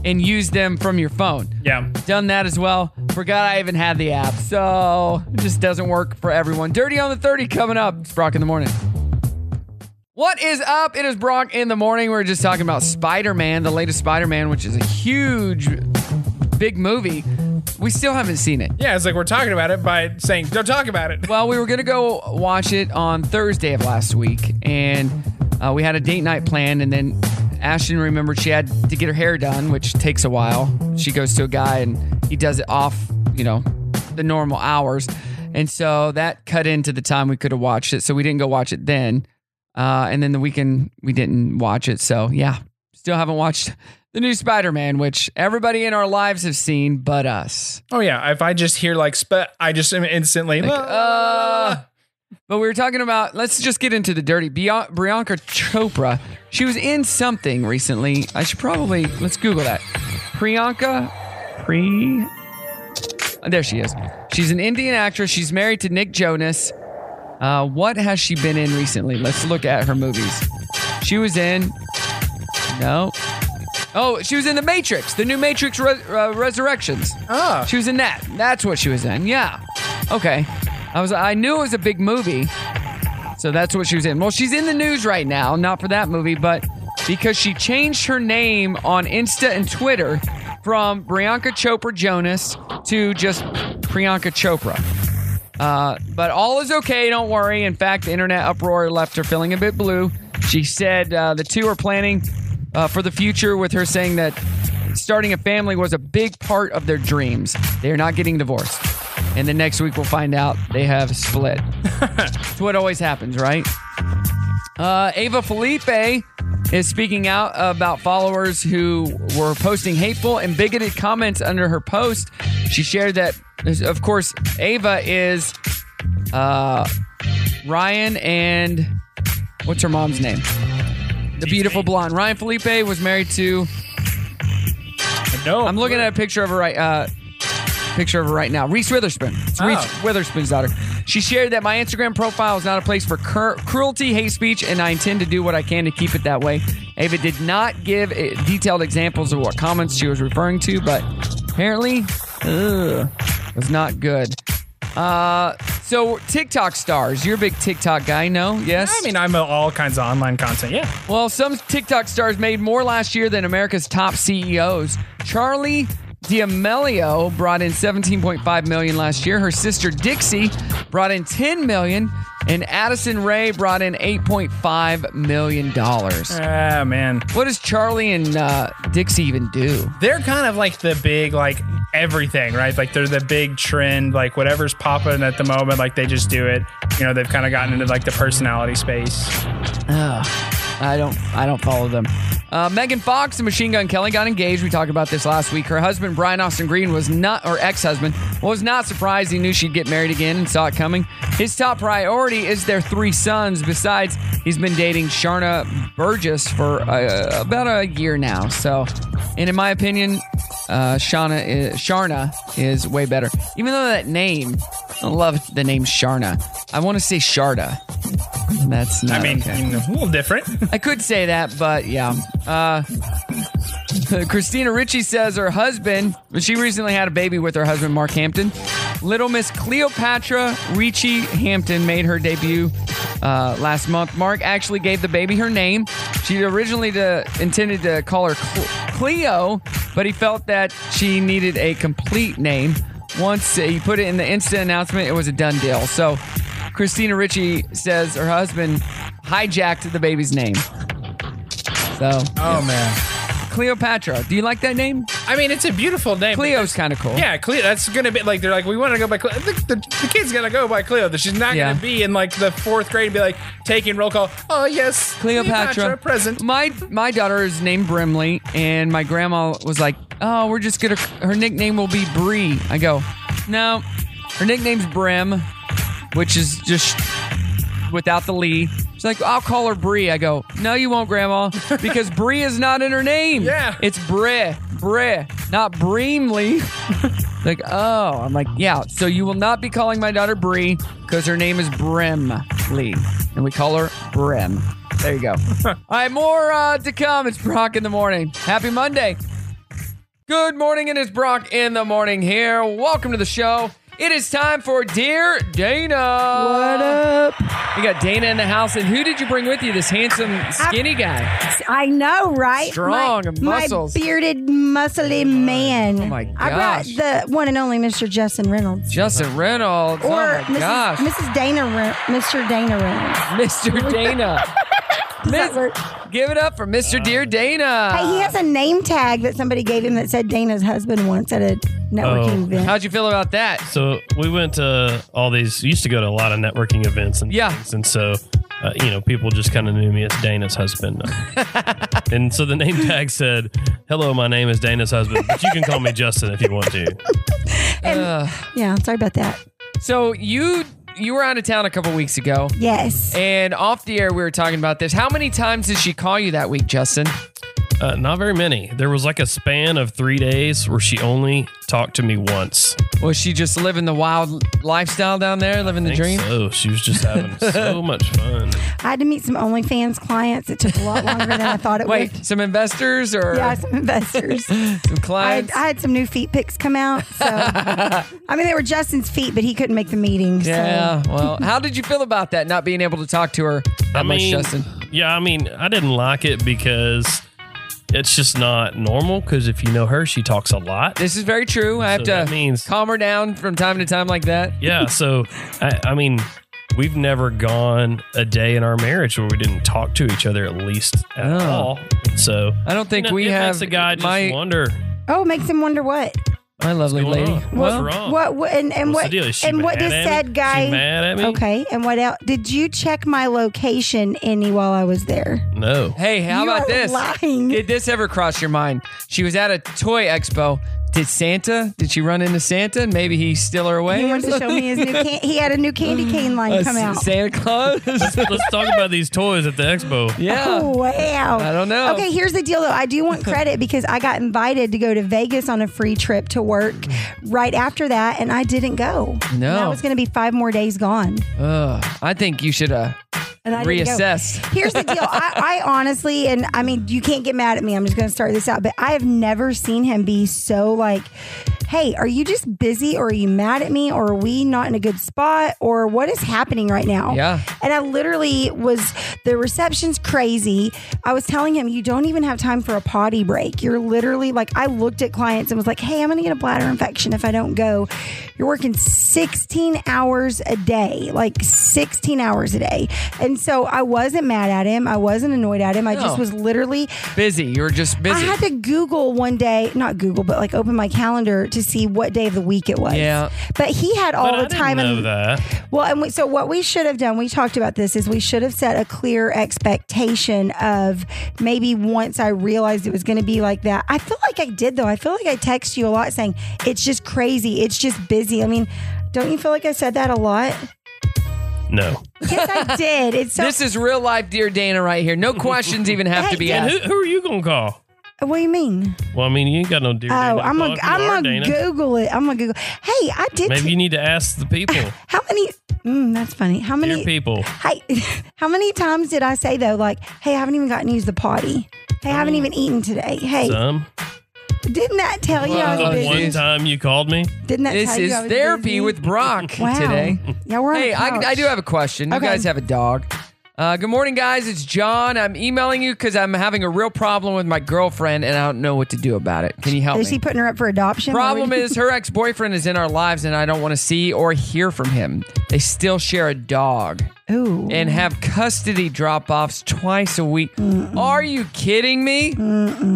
S1: and use them from your phone.
S3: Yeah.
S1: Done that as well. Forgot I even had the app. So it just doesn't work for everyone. Dirty on the 30 coming up. It's Brock in the morning. What is up? It is Brock in the morning. We're just talking about Spider Man, the latest Spider Man, which is a huge, big movie. We still haven't seen it.
S3: Yeah, it's like we're talking about it by saying, don't talk about it.
S1: Well, we were going to go watch it on Thursday of last week, and uh, we had a date night planned, and then Ashton remembered she had to get her hair done, which takes a while. She goes to a guy, and he does it off, you know, the normal hours. And so that cut into the time we could have watched it. So we didn't go watch it then. Uh, and then the weekend, we didn't watch it. So yeah, still haven't watched the new Spider Man, which everybody in our lives have seen but us.
S3: Oh, yeah. If I just hear like, spe- I just am instantly,
S1: Like,
S3: "Ah."
S1: uh, but we were talking about. Let's just get into the dirty. Bian- Priyanka Chopra. She was in something recently. I should probably let's Google that. Priyanka, pre. There she is. She's an Indian actress. She's married to Nick Jonas. Uh, what has she been in recently? Let's look at her movies. She was in. No. Oh, she was in The Matrix, the new Matrix Re- uh, Resurrections. Oh. She was in that. That's what she was in. Yeah. Okay. I was I knew it was a big movie. So that's what she was in. Well, she's in the news right now, not for that movie, but because she changed her name on Insta and Twitter from Priyanka Chopra Jonas to just Priyanka Chopra. Uh, but all is okay, don't worry. In fact, the internet uproar left her feeling a bit blue. She said uh, the two are planning uh, for the future, with her saying that starting a family was a big part of their dreams. They are not getting divorced. And then next week, we'll find out they have split. It's what always happens, right? Uh, Ava Felipe is speaking out about followers who were posting hateful and bigoted comments under her post. She shared that, of course, Ava is uh, Ryan and what's her mom's name? The beautiful blonde. Ryan Felipe was married to.
S3: No,
S1: I'm looking at a picture of her right. Uh, picture of her right now. Reese Witherspoon. It's
S3: Oh.
S1: Reese Witherspoon's daughter. She shared that my Instagram profile is not a place for cur- cruelty, hate speech, and I intend to do what I can to keep it that way. Ava did not give uh, detailed examples of what comments she was referring to, but apparently, ugh, was not good. Uh, so TikTok stars, you're a big TikTok guy, no? Yes.
S3: I mean, I'm all kinds of online content. Yeah.
S1: Well, some TikTok stars made more last year than America's top CEOs. Charlie D'Amelio brought in 17.5 million last year. Her sister Dixie brought in 10 million, and Addison Ray brought in 8.5 million dollars.
S3: Ah, man.
S1: What does Charlie and uh, Dixie even do?
S3: They're kind of like the big, like everything, right? Like they're the big trend, like whatever's popping at the moment, like they just do it. You know, they've kind of gotten into like the personality space.
S1: Ugh, I don't I don't follow them. Uh, Megan Fox and Machine Gun Kelly got engaged. We talked about this last week. Her husband Brian Austin Green was not, or ex-husband was not surprised. He knew she'd get married again and saw it coming. His top priority is their three sons. Besides, he's been dating Sharna Burgess for uh, about a year now. So, and in my opinion, uh, Shauna is, Sharna is way better. Even though that name, I love the name Sharna. I want to say Sharda. That's not.
S3: I mean,
S1: Oh, okay.
S3: you know, a little different.
S1: I could say that, but yeah. Uh, Christina Ritchie says her husband, she recently had a baby with her husband, Mark Hampton, Little Miss Cleopatra Ricci Hampton made her debut uh, last month. Mark actually gave the baby her name. She originally to, intended to call her Cl- Cleo, but he felt that she needed a complete name. Once uh, he put it in the instant announcement, it was a done deal. So Christina Ricci says her husband hijacked the baby's name. So,
S3: Oh, man.
S1: Cleopatra. Do you like that name?
S3: I mean, it's a beautiful name.
S1: Cleo's kind of cool.
S3: Yeah, Cleo. That's gonna be like they're like we want to go by Cleo. The, the, the kid's gonna go by Cleo. That she's not
S1: Yeah.
S3: gonna be in like the fourth grade and be like taking roll call. Oh yes,
S1: Cleopatra.
S3: present.
S1: My my daughter is named Brimley, and my grandma was like, "Oh, we're just gonna. Her nickname will be Bree." I go, "No, her nickname's Brim, which is just without the Lee." She's like, "I'll call her Bree." I go, "No, you won't, Grandma, because Bree is not in her name. Yeah, it's Bre, Bre, not Breemley." like, oh, I'm like, yeah. So you will not be calling my daughter Bree because her name is Brimley, and we call her Brim. There you go. All right, more uh, to come. It's Brock in the morning. Happy Monday. Good morning. It is Brock in the morning here. Welcome to the show. It is time for Dear Dana. What up? We got Dana in the house. And who did you bring with you? This handsome, skinny guy.
S5: I know, right?
S1: Strong
S5: my,
S1: and
S5: my
S1: muscles. Oh
S5: bearded, muscly man. Oh
S1: my
S5: I brought
S1: gosh.
S5: the one and only Mr. Justin Reynolds.
S1: Justin Reynolds.
S5: Or
S1: oh, my
S5: Mrs.
S1: gosh.
S5: Mrs. Dana, Re- Mr. Dana Reynolds.
S1: Mr. Dana. Miss- give it up for Mr. Dear Dana.
S5: Hey, he has a name tag that somebody gave him that said Dana's husband once at a networking
S6: Oh.
S5: event.
S1: How'd you feel about that?
S6: So we went to all these. Used to go to a lot of networking events and yeah, things, and so uh, you know people just kind of knew me as Dana's husband. and so the name tag said, "Hello, my name is Dana's husband, but you can call me Justin if you want to."
S5: Yeah, sorry about that.
S1: So you you were out of town a couple weeks ago.
S5: Yes.
S1: And off the air we were talking about this. How many times did she call you that week, Justin?
S6: Uh, not very many. There was like a span of three days where she only talked to me once.
S1: Was she just living the wild lifestyle down there, living the dream?
S6: Oh, she was just having so much fun.
S5: I had to meet some OnlyFans clients. It took a lot longer than I thought it
S1: Wait,
S5: would.
S1: some investors or
S5: Yeah, some investors, some I,
S1: clients?
S5: I had some new feet pics come out. So, I mean, they were Justin's feet, but he couldn't make the meeting. so-
S1: yeah. Well, how did you feel about that? Not being able to talk to her that
S6: I
S1: much,
S6: mean,
S1: Justin.
S6: Yeah, I mean, I didn't like it because it's just not normal. Because if you know her, she talks a lot.
S1: This is very true. I have
S6: So
S1: to
S6: that means-
S1: calm her down from time to time like that.
S6: Yeah, so I, I mean, we've never gone a day in our marriage where we didn't talk to each other at least at
S1: Oh.
S6: all. So
S1: I don't think
S6: you know,
S1: we
S6: it
S1: have
S6: Makes a guy
S1: my-
S6: just wonder.
S5: Oh, it makes him wonder what.
S1: My lovely lady.
S6: What's
S1: Well,
S6: wrong?
S5: What, what and, and
S6: What's
S5: what
S6: the deal? Is she
S5: and what
S6: mad
S5: did
S6: at me?
S5: said
S6: She
S5: guy?
S6: mad at me?
S5: Okay, and what else? Did you check my location any while I was there?
S6: No.
S1: Hey, how
S5: You
S1: about
S5: are
S1: this? Did this ever cross your mind? She was at a toy expo. Did Santa? Did she run into Santa? And maybe he still her away.
S5: He wanted to show me his new. Mm. Can- he had a new candy cane line come out.
S1: Santa Claus.
S6: let's, let's talk about these toys at the expo.
S5: Oh, wow.
S6: I don't know.
S5: Okay, here's the deal though. I do want credit because I got invited to go to Vegas on a free trip to work right after that, and I didn't go.
S1: No.
S5: And I was going to be five more days gone.
S1: Ugh, I think you should uh,
S5: And I didn't go.
S1: reassess.
S5: Here's the deal. I, I honestly, and I mean, you can't get mad at me. I'm just going to start this out, but I have never seen him be so like, hey, are you just busy or are you mad at me or are we not in a good spot or what is happening right now?
S1: Yeah.
S5: And I literally was, the reception's crazy. I was telling him, you don't even have time for a potty break. You're literally like, I looked at clients and was like, hey, I'm going to get a bladder infection if I don't go. You're working 16 hours a day, like 16 hours a day. And so I wasn't mad at him. I wasn't annoyed at him. I
S1: No.
S5: just was literally,
S1: Busy. You were just
S5: I
S1: busy.
S5: had to Google one day, not Google, but like open my calendar to see what day of the week it was.
S1: Yeah.
S5: But he had all
S6: But I
S5: the time.
S6: didn't know
S5: and-
S6: that.
S5: well, and we, so what we should have done, we talked about this, is we should have set a clear expectation of maybe once I realized it was going to be like that. I feel like I did though. I feel like I text you a lot saying it's just crazy, it's just busy. I mean, don't you feel like I said that a lot?
S6: No.
S5: Yes, I did. It's so.
S1: this is real life, dear Dana, right here. No questions even have to be
S6: And who,
S1: asked.
S6: who are you gonna call?
S5: what do you mean?
S6: Well, I mean, you ain't got no dear.
S5: oh,
S6: Dana
S5: I'm
S6: call
S5: gonna
S6: if you are
S5: I'm
S6: Dana.
S5: gonna Google it. I'm gonna Google. Hey, I did.
S6: Maybe you need to ask the people,
S5: how many? Mm, that's funny. How many?
S6: dear people.
S5: Hey, how many times did I
S1: Mm.
S5: say though, like, hey, I haven't even gotten to use the potty. Hey, I haven't even eaten today. Hey,
S6: Some.
S5: Didn't that tell you I
S6: the
S5: was busy?
S6: one time you called me.
S5: Didn't that
S1: This
S5: tell you
S1: is
S5: I was
S1: therapy
S5: busy?
S1: with Brock
S5: Wow.
S1: today.
S5: Yeah, we're on
S1: Hey,
S5: the
S1: I, I do have a question. You
S5: Okay.
S1: guys have a dog. Uh, good morning, guys. It's John. I'm emailing you because I'm having a real problem with my girlfriend and I don't know what to do about it. Can you help
S5: Is
S1: me?
S5: he putting her up for adoption?
S1: Problem
S5: Why would-
S1: is, her ex boyfriend is in our lives, and I don't want to see or hear from him. They still share a dog
S5: Ooh.
S1: and have custody drop offs twice a week. Are you kidding me?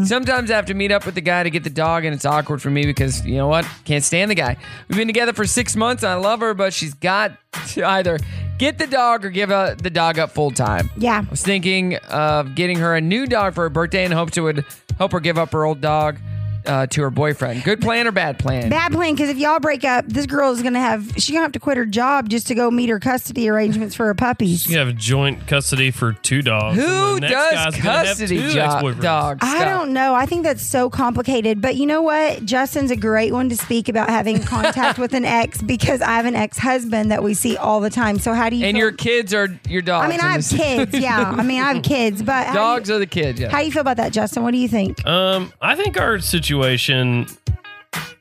S1: Sometimes I have to meet up with the guy to get the dog, and it's awkward for me because you know what? Can't stand the guy. We've been together for six months. I love her, but she's got to either get the dog or give uh, the dog up full time.
S5: Yeah.
S1: I was thinking of getting her a new dog for her birthday and hoped it would help her give up her old dog uh, to her boyfriend. Good plan or bad plan?
S5: Bad plan because if y'all break up, this girl is gonna have she gonna have to quit her job just to go meet her custody arrangements for her puppies.
S6: You have joint custody for two dogs.
S1: Who
S6: and the next
S1: does
S6: guy's gonna have
S1: custody
S6: two
S1: jo-
S6: ex-boyfriends.
S1: dogs?
S5: I don't know. I think that's so complicated. But you know what? Justin's a great one to speak about having contact with an ex because I have an ex husband that we see all the time. So how do you?
S1: And
S5: feel-
S1: your kids are your dogs.
S5: I mean,
S1: in
S5: I have
S1: this-
S5: kids. Yeah, I mean, I have kids. But how do you-
S1: dogs are the kids. Yeah.
S5: How do you feel about that, Justin? What do you think?
S6: Um, I think our situation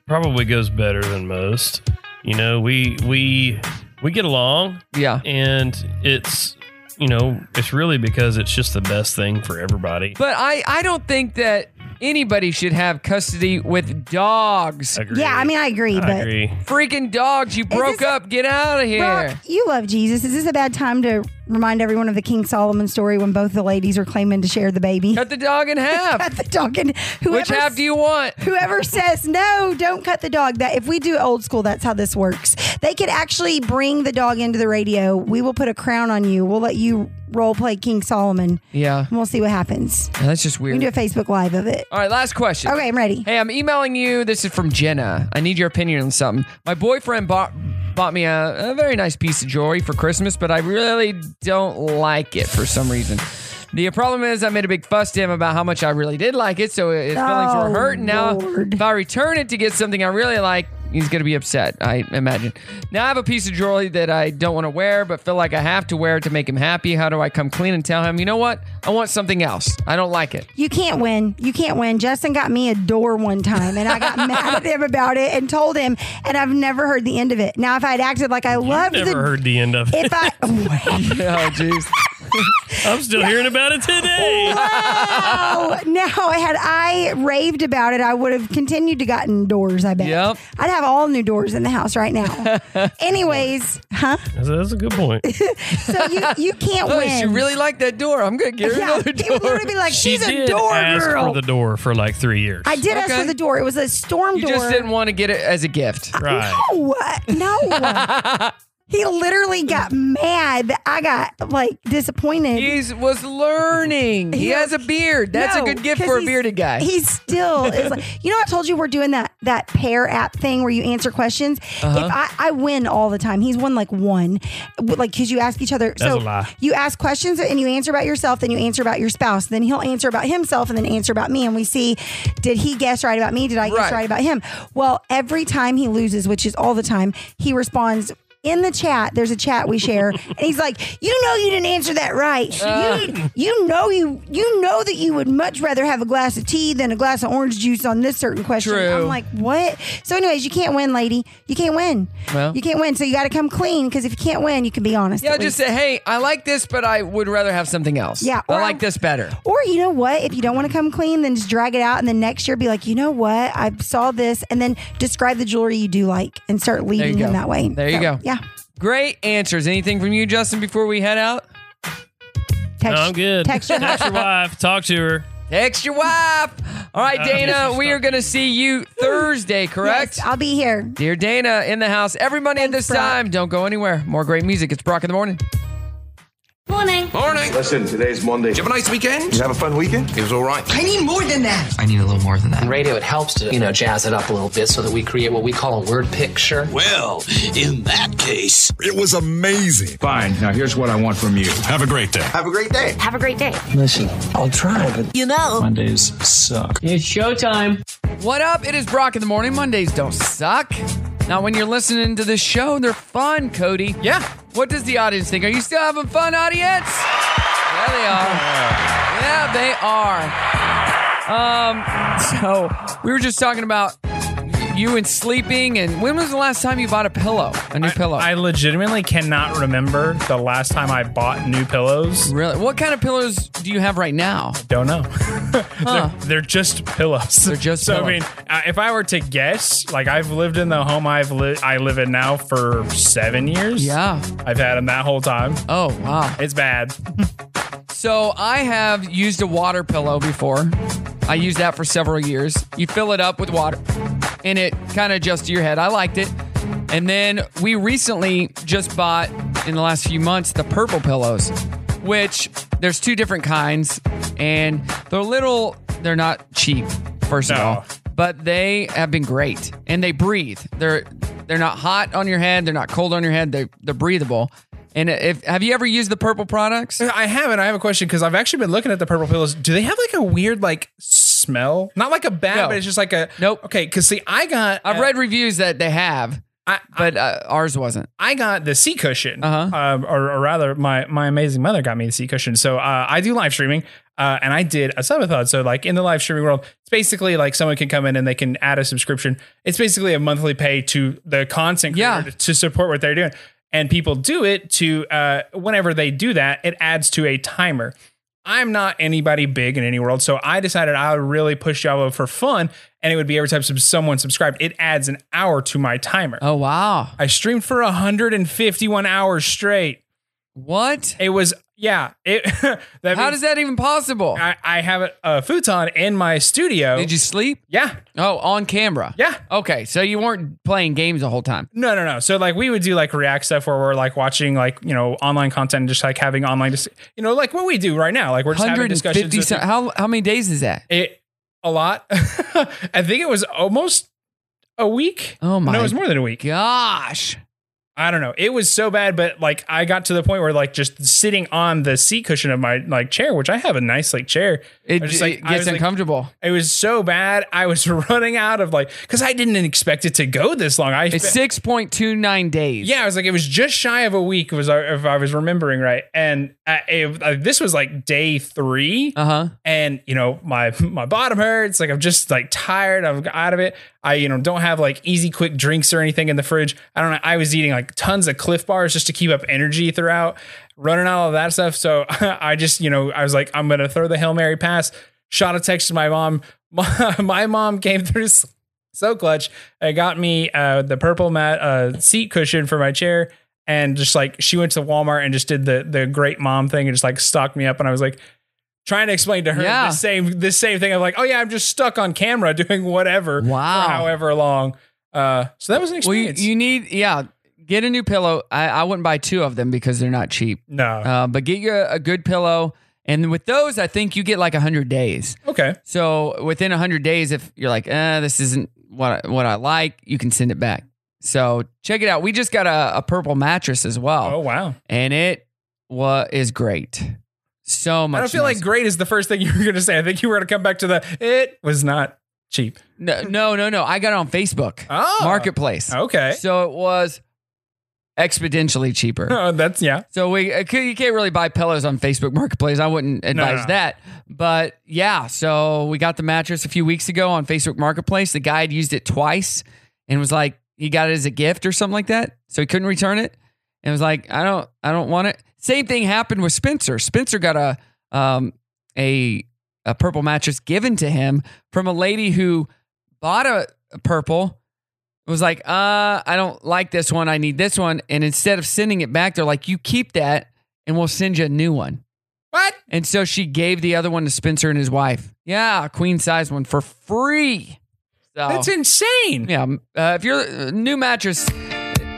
S6: probably goes better than most. You know, we we we get along.
S1: Yeah.
S6: And it's you know, it's really because it's just the best thing for everybody.
S1: But I, I don't think that anybody should have custody with dogs.
S5: Yeah, I mean, I agree. but
S1: Freaking dogs, you broke up. Get out of here.
S5: Brock, you love Jesus. Is this a bad time to remind everyone of the King Solomon story when both the ladies are claiming to share the baby? Cut
S1: the dog in half.
S5: cut the dog in. Whoever,
S1: Which half do you want?
S5: Whoever says no, don't cut the dog. That if we do old school, that's how this works. They could actually bring the dog into the radio. We will put a crown on you. We'll let you role play King Solomon.
S1: Yeah.
S5: And we'll see what happens.
S1: Yeah, That's just
S5: We
S1: weird.
S5: can do a Facebook live of it.
S1: All right, last question.
S5: Okay, I'm ready.
S1: Hey, I'm emailing you. This is from Jenna. I need your opinion on something. My boyfriend bought bought me a, a very nice piece of jewelry for Christmas, but I really don't like it for some reason. The problem is, I made a big fuss to him about how much I really did like it, so his feelings
S2: Oh,
S1: were hurt. Now, if I return it to get something I really like, he's going to be upset, I imagine. Now, I have a piece of jewelry that I don't want to wear, but feel like I have to wear it to make him happy. How do I come clean and tell him, you know what? I want something else. I don't like it.
S5: You can't win. You can't win. Justin got me a door one time and I got mad at him about it and told him, and I've never heard the end of it. Now, if I'd acted like I loved
S6: Never
S5: the
S6: heard the end of it.
S5: if I
S1: oh jeez.
S6: I'm still hearing about it today.
S5: wow, now had I raved about it, I would have continued to gotten doors. I bet. Yep. I'd have all new doors in the house right now. Anyways, huh?
S6: That's, that's a good point.
S5: So you you can't
S1: Oh,
S5: win.
S1: she really liked that door. I'm gonna get her
S5: Yeah,
S1: another
S5: he
S1: door.
S5: would literally be like,
S6: she
S5: "She's a
S6: did
S5: door
S6: ask
S5: girl."
S6: for the door for like three years.
S5: I did ask for the door. It was a storm
S1: you
S5: door.
S1: just didn't want to get it as a gift.
S6: Right.
S5: No, no. he literally got mad that I got like disappointed.
S1: He was learning. Mm. He has a beard. That's a
S5: No,
S1: good gift
S5: 'cause
S1: for a
S5: he's-
S1: bearded guy.
S5: He still is like, you know, I told you we're doing that that pair app thing where you answer questions.
S1: Uh-huh.
S5: If I, I win all the time, he's won like one, like because you ask each other.
S6: That's
S5: so
S6: a lie.
S5: you ask questions and you answer about yourself, then you answer about your spouse, then he'll answer about himself, and then answer about me, and we see did he guess right about me? Did I guess
S7: Right.
S5: right about him? Well, every time he loses, which is all the time, he responds. In the chat, there's a chat we share, and he's like, "You know, you didn't answer that right.
S1: Uh.
S5: You you know you you know that you would much rather have a glass of tea than a glass of orange juice on this certain question.
S1: True.
S5: I'm like, what? So, anyways, you can't win, lady. You can't win.
S1: Well.
S5: you can't win. So you got to come clean because if you can't win, you can be honest.
S1: yeah,
S5: at
S1: just
S5: least.
S1: say, hey, I like this, but I would rather have something else.
S5: Yeah,
S1: I
S5: or
S1: like this better.
S5: Or you know what? If you don't want to come clean, then just drag it out, and then next year be like, you know what? I saw this, and then describe the jewelry you do like, and start
S1: There you
S5: leading
S1: go.
S5: him that way.
S1: There you
S5: So,
S1: go.
S5: Yeah.
S1: Great answers. Anything from you, Justin, before we head out?
S6: No, I'm good.
S1: text your-
S6: text your wife. Talk to her.
S1: Text your wife. All right,
S6: Uh,
S1: Dana,
S6: yes,
S1: we are going to see you Thursday, correct?
S5: Yes, I'll be here.
S1: Dear Dana, in the house every Monday at this time. Don't go anywhere. More great music. It's Brock in the morning.
S7: Morning. Morning.
S12: Listen, today's Monday.
S7: Did you have a nice weekend?
S12: Did you have a fun weekend? It was all right.
S7: I need more than that.
S8: I need a little more than that. In radio, it helps to, you know, jazz it up a little bit so that we create what we call a word picture.
S12: Well, in that case, it was amazing. Fine. Now here's what I want from you. Have a great day.
S8: Have a great day. Have a great day. Listen, I'll try, but
S1: You know.
S8: Mondays suck. It's showtime.
S1: What up? It is Brock in the morning. Mondays don't suck. Now, when you're listening to this show, they're fun, Cody. Yeah. What does the audience think? Are you still having fun, audience? Yeah, they are. Yeah, they are. Um, so we were just talking about you and sleeping, and when was the last time you bought a pillow? A new pillow?
S3: I legitimately cannot remember the last time I bought new pillows.
S1: Really? What kind of pillows do you have right now?
S3: Don't know. They're, they're just pillows. They're just so. I
S1: pillows.
S3: mean, uh, if I were to guess, like I've lived in the home I've li- I live in now for seven years.
S1: Yeah,
S3: I've had them that whole time.
S1: Oh wow,
S3: it's bad.
S1: So I have used a water pillow before. I used that for several years. You fill it up with water and it kind of adjusts to your head. I liked it. And then we recently just bought in the last few months the purple pillows, which there's two different kinds and they're little they're not cheap first of all, but they have been great and they breathe. They're they're not hot on your head, they're not cold on your head, they they're breathable. And if have you ever used the purple products?
S3: I haven't. I have a question because I've actually been looking at the purple pillows. Do they have like a weird like smell? Not like a bad,
S1: No.
S3: but it's just like a nope. Okay, because see, I got.
S1: I've read reviews that they have, but uh, ours wasn't.
S3: I got the sea cushion, uh-huh. or, or rather, my my amazing mother got me the sea cushion. So uh, I do live streaming, uh, and I did a subathon. So like in the live streaming world, it's basically like someone can come in and they can add a subscription. It's basically a monthly pay to the content creator to, to support what they're doing, and people do it to uh, whenever they do that, it adds to a timer. I'm not anybody big in any world, so I decided I would really push Java for fun, and it would be every time sub- someone subscribed, it adds an hour to my timer.
S1: Oh wow!
S3: I streamed for 151 hours straight.
S1: What?
S3: It was yeah. It that
S1: How is that even possible?
S3: I, I have a, a futon in my studio.
S1: Did you sleep?
S3: Yeah.
S1: Oh, on camera.
S3: Yeah.
S1: Okay, so you weren't playing games the whole time.
S3: No, no, no. So like we would do like React stuff where we're like watching like you know online content and just like having online, dis- you know, like what we do right now. Like we're just having
S1: 150
S3: discussions. with
S1: so- how how many days is that?
S3: It a lot. I think it was almost a week.
S1: Oh my
S3: No, it was more than a week.
S1: Gosh.
S3: I don't know. It was so bad, but like I got to the point where like just sitting on the seat cushion of my like chair, which I have a nice like chair.
S1: It,
S3: I was just,
S1: it
S3: I
S1: gets
S3: was,
S1: uncomfortable.
S3: it was so bad. I was running out of like because I didn't expect it to go this long. I
S1: it's six point two nine days.
S3: yeah, I was like, it was just shy of a week. Was I- if I was remembering right, and I, it, uh, this was like day three,
S1: uh-huh.
S3: and you know my my bottom hurts. Like I'm just like tired. I'm out of it. I you know don't have like easy quick drinks or anything in the fridge. I don't know. I was eating like tons of Cliff bars just to keep up energy throughout, running all of that stuff. So I just you know I was like, I'm gonna throw the hail mary pass. Shot a text to my mom. My, my mom came through so clutch. It got me uh, the purple mat uh, seat cushion for my chair, and just like she went to Walmart and just did the the great mom thing and just like stocked me up. And I was like trying to explain to her
S1: Yeah.
S3: the same the same thing. I'm like, oh yeah, I'm just stuck on camera doing whatever, wow, for however long. Uh, so that was an
S1: Well, you,
S3: experience.
S1: you need yeah. Get a new pillow. I, I wouldn't buy two of them because they're not cheap.
S3: No.
S1: Uh, but get you a, a good pillow, and with those, I think you get like hundred days.
S3: okay,
S1: So within 100 days, if you're like, eh, this isn't what I, what I like, you can send it back. So check it out. We just got a, a purple mattress as well.
S3: Oh wow!
S1: And it wa- is great. So much.
S3: I don't feel like great is the first thing you were gonna say. I think you were gonna come back to the it was not cheap.
S1: No, no, no, no. I got it on Facebook
S3: Oh.
S1: Marketplace.
S3: Okay.
S1: So it was exponentially cheaper.
S3: Oh, that's yeah.
S1: So we uh, c- you can't really buy pillows on Facebook Marketplace. I wouldn't advise
S3: no.
S1: that. But yeah, so we got the mattress a few weeks ago on Facebook Marketplace. The guy had used it twice and was like, he got it as a gift or something like that. So he couldn't return it and was like, I don't, I don't want it. Same thing happened with Spencer. Spencer got a um a a purple mattress given to him from a lady who bought a, a purple was like, uh, I don't like this one. I need this one. And instead of sending it back, they're like, you keep that and we'll send you a new one.
S3: What?
S1: And so she gave the other one to Spencer and his wife. Yeah, a queen size one for free. So,
S3: That's insane.
S1: Yeah. m- Uh, if you're a new mattress,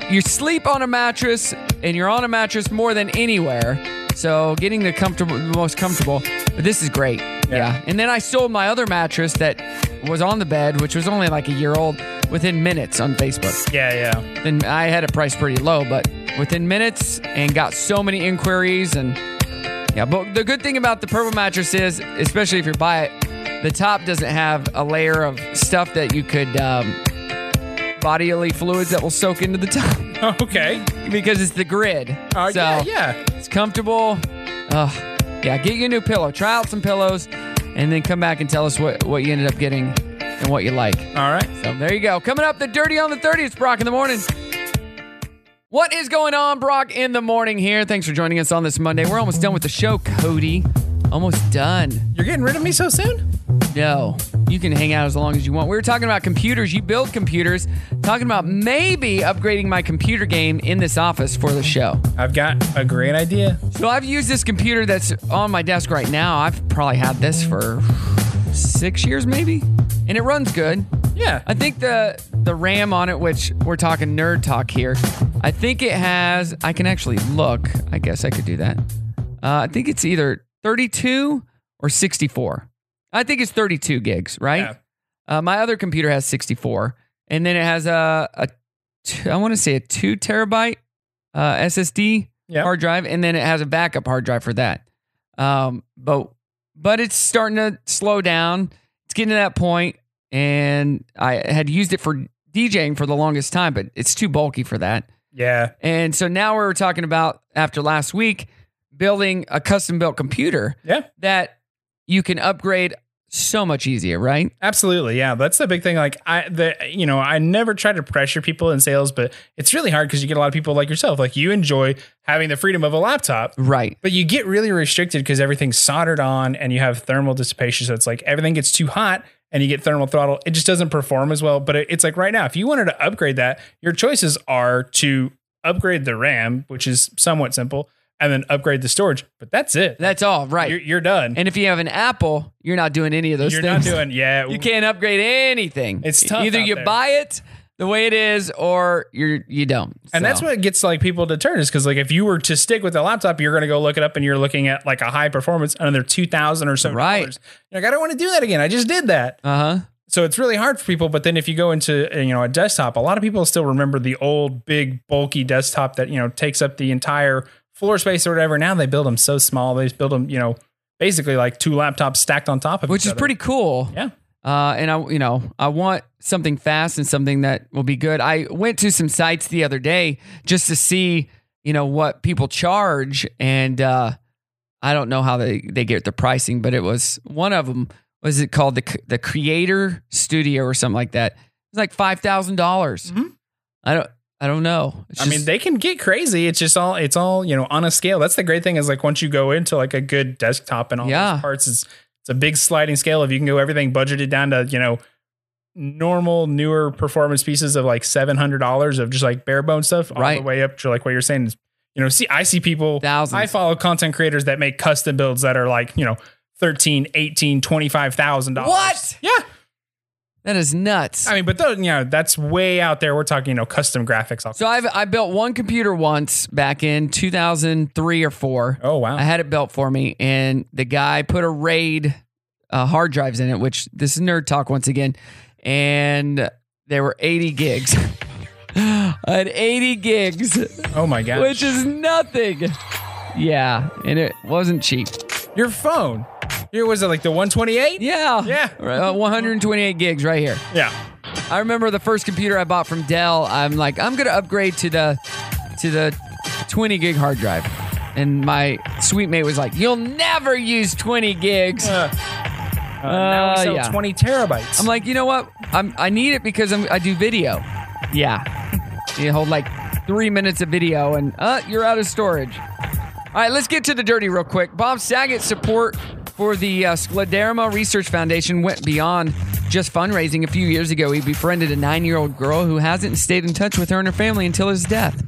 S1: you sleep on a mattress and you're on a mattress more than anywhere. So getting the comfortable, the most comfortable. But this is great. Yeah. And then I sold my other mattress that was on the bed, which was only like a year old, within minutes on Facebook.
S3: Yeah, yeah.
S1: Then I had it priced pretty low, but within minutes and got so many inquiries and yeah. But the good thing about the purple mattress is, especially if you buy it, the top doesn't have a layer of stuff that you could um, bodily fluids that will soak into the top.
S3: Okay.
S1: because it's the grid.
S3: Uh,
S1: so
S3: yeah, yeah.
S1: It's comfortable. Ugh. yeah, get you a new pillow. Try out some pillows. and then come back and tell us what, what you ended up getting and what you like. All right. So there you go. Coming up, the Dirty on the 30th, Brock in the morning. What is going on, Brock in the morning here? Thanks for joining us on this Monday. We're almost done with the show, Cody. Almost done. You're getting rid of me so soon? No. You can hang out as long as you want. We were talking about computers. You build computers. Talking about maybe upgrading my computer game in this office for the show.
S3: I've got a great idea.
S1: So I've used this computer that's on my desk right now. I've probably had this for six years, maybe, and it runs good. Yeah, I think the the RAM on it, which we're talking nerd talk here, I think it has. I can actually look. I guess I could do that. Uh, I think it's either 32 or 64. I think it's 32 gigs, right? Uh, my other computer has 64, and then it has a, a t- I want to say a two terabyte uh, SSD hard drive, and then it has a backup hard drive for that. Um, but but it's starting to slow down. It's getting to that point, and I had used it for DJing for the longest time, but it's too bulky for that.
S3: Yeah.
S1: And so now we're talking about after last week building a custom built computer yeah. that you can upgrade so much easier, right?
S3: Absolutely, yeah. That's the big thing. Like I, the you know, I never try to pressure people in sales, but it's really hard because you get a lot of people like yourself. Like you enjoy having the freedom of a laptop,
S1: right?
S3: But you get really restricted because everything's soldered on, and you have thermal dissipation. So it's like everything gets too hot, and you get thermal throttle. It just doesn't perform as well. But it, it's like right now, if you wanted to upgrade that, your choices are to upgrade the RAM, which is somewhat simple, and then upgrade the storage. But that's it.
S1: That's all, right?
S3: You're, you're done.
S1: And if you have an Apple, you're not doing any of those
S3: You're
S1: things.
S3: not doing yeah.
S1: You can't upgrade anything. E-,
S3: It's tough
S1: Either
S3: out
S1: you
S3: there.
S1: buy it the way it is, or you're you don't. So-
S3: And that's what gets like people deterred is because like if you were to stick with the laptop, you're going to go look it up and you're looking at like a high performance, another two thousand or so right. dollars. You're like I don't want to do that again. I just did that.
S1: Uh huh.
S3: So it's really hard for people. But then if you go into uh, you know a desktop, a lot of people still remember the old big bulky desktop that you know takes up the entire floor space or whatever. Now they build them so small. They just build them you know basically like two laptops stacked on top of
S1: which
S3: each
S1: is
S3: other.
S1: pretty cool.
S3: Yeah.
S1: Uh, and I, you know, I want something fast and something that will be good. I went to some sites the other day just to see, you know, what people charge, and uh, I don't know how they they get the pricing, but it was one of them was it called the C- the Creator Studio or something like that. It's like five dollars. I don't I don't know. It's
S3: Mm-hmm. I mean, they can get crazy. It's just all it's all you know on a scale. That's the great thing is like once you go into like a good desktop and all
S1: Yeah.
S3: those parts, it's it's a big sliding scale. If you can go everything budgeted down to you know normal newer performance pieces of like seven hundred dollars of just like bare bone stuff, all
S1: Right.
S3: the way up to like what you're saying is you know see I see people thousands. I follow content creators that make custom builds that are like you know. 13 18 25000 dollars
S1: What?
S3: Yeah.
S1: That is nuts.
S3: I mean, but those, you know, that's way out there. We're talking, you know, custom graphics. all
S1: So I've I built one computer once back in 2003 or four.
S3: Oh wow!
S1: I had it built for me, and the guy put a RAID uh, hard drives in it, which this is nerd talk once again, and there were 80 gigs. I had 80 gigs.
S3: Oh my gosh.
S1: Which is nothing. Yeah, and it wasn't cheap.
S3: Your phone. Here was it like the 128?
S1: Yeah.
S3: Yeah.
S1: Uh, 128 gigs right here.
S3: Yeah.
S1: I remember the first computer I bought from Dell. I'm like, I'm gonna upgrade to the to the 20 gig hard drive, and my sweet mate was like, "You'll never use 20 gigs."
S3: Uh, now we sell 20 terabytes.
S1: I'm like, you know what? I'm I need it because I'm, I do video. Yeah, you hold like three minutes of video, and uh, you're out of storage. All right, let's get to the dirty real quick. Bob Saget's support for the uh, Scleroderma Research Foundation went beyond just fundraising. A few years ago, he befriended a nine-year-old girl who hasn't stayed in touch with her and her family until his death.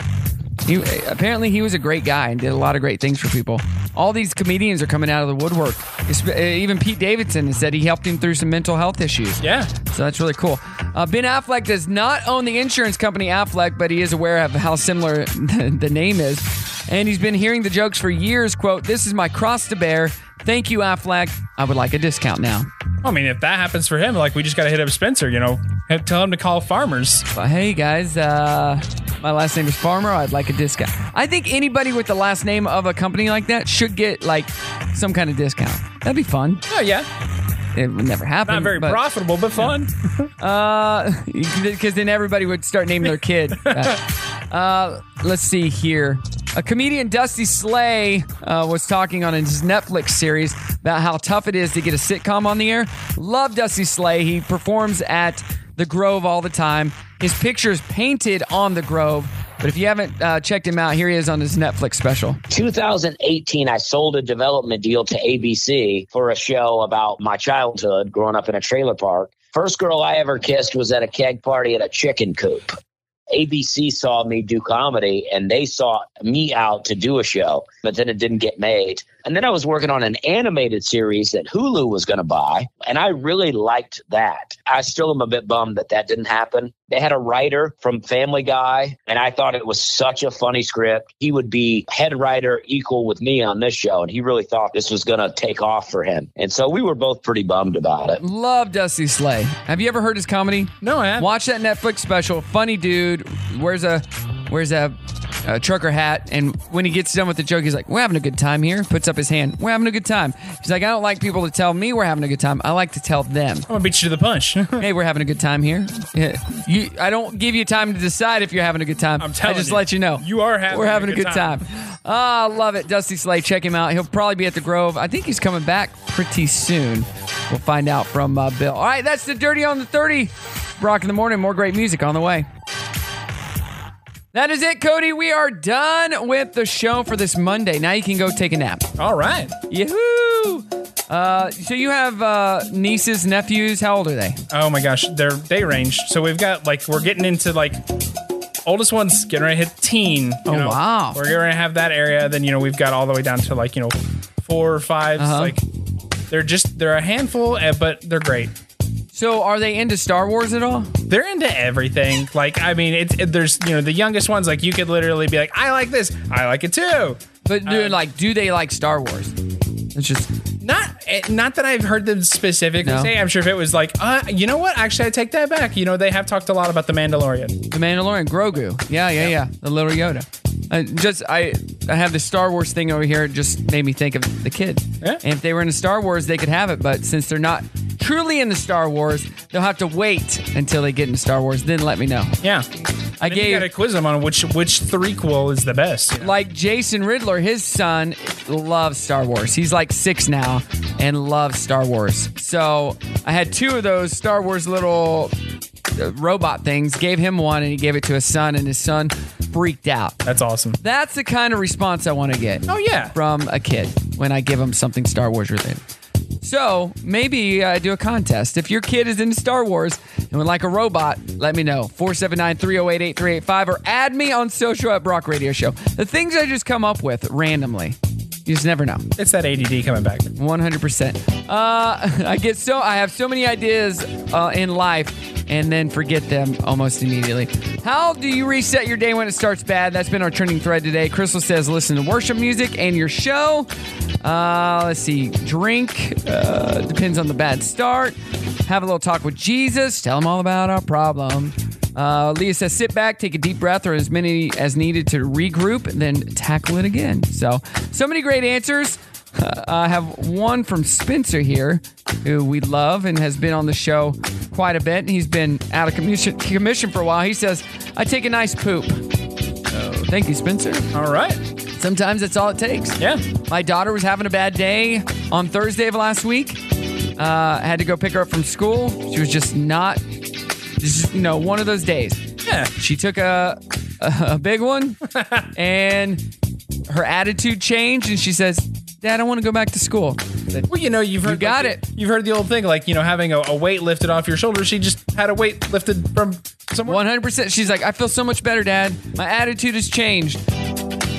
S1: He, apparently, he was a great guy and did a lot of great things for people. All these comedians are coming out of the woodwork. It's- uh, Even Pete Davidson has said he helped him through some mental health issues.
S3: Yeah.
S1: So that's really cool. Uh, ben Affleck does not own the insurance company Affleck, but he is aware of how similar the name is. And he's been hearing the jokes for years. Quote, This is my cross to bear. Thank you, Affleck. I would like a discount now.
S3: I mean, if that happens for him, like we just got to hit up Spencer, you know, and tell him to call farmers.
S1: But hey, guys, uh, my last name is Farmer. I'd like a discount. I think anybody with the last name of a company like that should get like some kind of discount. That'd be fun.
S3: Oh, yeah.
S1: It would never happen.
S3: Not very
S1: but-
S3: profitable, but fun.
S1: Uh, because then everybody would start naming their kid. that. Uh, let's uh, see here. A comedian Dusty Slay uh, was talking on his Netflix series about how tough it is to get a sitcom on the air. Love Dusty Slay. He performs at the Grove all the time. His picture is painted on the Grove. But if you haven't uh, checked him out, here he is on his Netflix special.
S10: 2018, I sold a development deal to ABC for a show about my childhood growing up in a trailer park. First girl I ever kissed was at a keg party at a chicken coop. ABC saw me do comedy and they sought me out to do a show, but then it didn't get made. And then I was working on an animated series that Hulu was going to buy, and I really liked that. I still am a bit bummed that that didn't happen. They had a writer from Family Guy, and I thought it was such a funny script. He would be head writer equal with me on this show, and he really thought this was going to take off for him. And so we were both pretty bummed about it.
S1: Love Dusty Slay. Have you ever heard his comedy? No, I haven't. Watch that Netflix special. Funny dude. Wears a wears a, a trucker hat, and when he gets done with the joke, he's like, "We're having a good time here." Puts up his hand. We're having a good time. He's like, "I don't like people to tell me we're having a good time. I like to tell them." I'm
S3: gonna beat you to the punch.
S1: hey, we're having a good time here. Yeah. You, I don't give you time to decide if you're having a good time. I'm
S3: telling
S1: I just
S3: you.
S1: let you know
S3: You are having
S1: we're
S3: a
S1: having a
S3: good
S1: good
S3: time.
S1: time. Ah, love it, Dusty Slay. Check him out. He'll probably be at the Grove. I think he's coming back pretty soon. We'll find out from uh, Bill. All right, that's the Dirty on the Thirty. Rock in the morning. More great music on the way. That is it, Cody. We are done with the show for this Monday. Now you can go take a nap.
S3: All right.
S1: Yahoo! Uh, so you have uh, nieces, nephews. How old are they?
S3: Oh my gosh, they're they range. So we've got like we're getting into like oldest one's getting ready to hit teen. you
S1: Oh,
S3: know.
S1: wow.
S3: We're gonna have that area. Then you know we've got all the way down to like you know four or 5
S1: Uh-huh.
S3: Like they're just they're a handful, eh, but they're great.
S1: So are they into Star Wars at all?
S3: They're into everything. Like I mean, it's it, there's you know the youngest ones like you could literally be like I like this, I like it too.
S1: But
S3: Uh,
S1: do like do they like Star Wars? It's just
S3: not eh, not that I've heard them specifically
S1: No.
S3: say. I'm sure if it was like uh, you know what, actually I take that back. You know they have talked a lot about the Mandalorian.
S1: The Mandalorian, Grogu. Yeah, yeah, yeah. The little Yoda. I just I I have the Star Wars thing over here. It just made me think of the kid. Yeah. And if they were into Star Wars, they could have it. But since they're not truly into Star Wars, they'll have to wait until they get into Star Wars. Then let me know.
S3: Yeah.
S1: I
S3: Maybe you
S1: gave
S3: gotta quiz them on which which threequel is the best.
S1: like Jason Riddler, his son loves Star Wars. He's like six now and loves Star Wars. So I had two of those Star Wars little uh, robot things, gave him one, and he gave it to his son, and his son freaked out.
S3: That's awesome.
S1: That's the kind of response I want to get.
S3: Oh, yeah.
S1: From a kid when I give him something Star Wars related. So maybe uh, do a contest. If your kid is into Star Wars and would like a robot, let me know. 479 308 8385 or add me on social at Brock Radio Show. The things I just come up with randomly. You just never know.
S3: It's that ADD coming back.
S1: 100%. Uh, I get so, I have so many ideas uh, in life and then forget them almost immediately. How do you reset your day when it starts bad? That's been our trending thread today. Crystal says listen to worship music and your show. Uh, let's see, drink, uh, depends on the bad start. Have a little talk with Jesus, tell him all about our problem. Uh, Leah says, sit back, take a deep breath, or as many as needed to regroup, and then tackle it again. So, so many great answers. Uh, I have one from Spencer here, who we love and has been on the show quite a bit. He's been out of commission, commission for a while. He says, I take a nice poop. So thank you, Spencer.
S3: All right.
S1: Sometimes that's all it takes.
S3: Yeah.
S1: My daughter was having a bad day on Thursday of last week. Uh, I had to go pick her up from school. She was just not, just, you know, one of those days.
S3: Yeah.
S1: She took a, a, a big one and her attitude changed and she says, Dad, I want to go back to school.
S3: Well, you know, you've heard got it. You've heard the old thing, like you know, having a, a weight lifted off your shoulders. She just had a weight lifted from someone.
S1: One hundred percent. She's like, I feel so much better, Dad. My attitude has changed.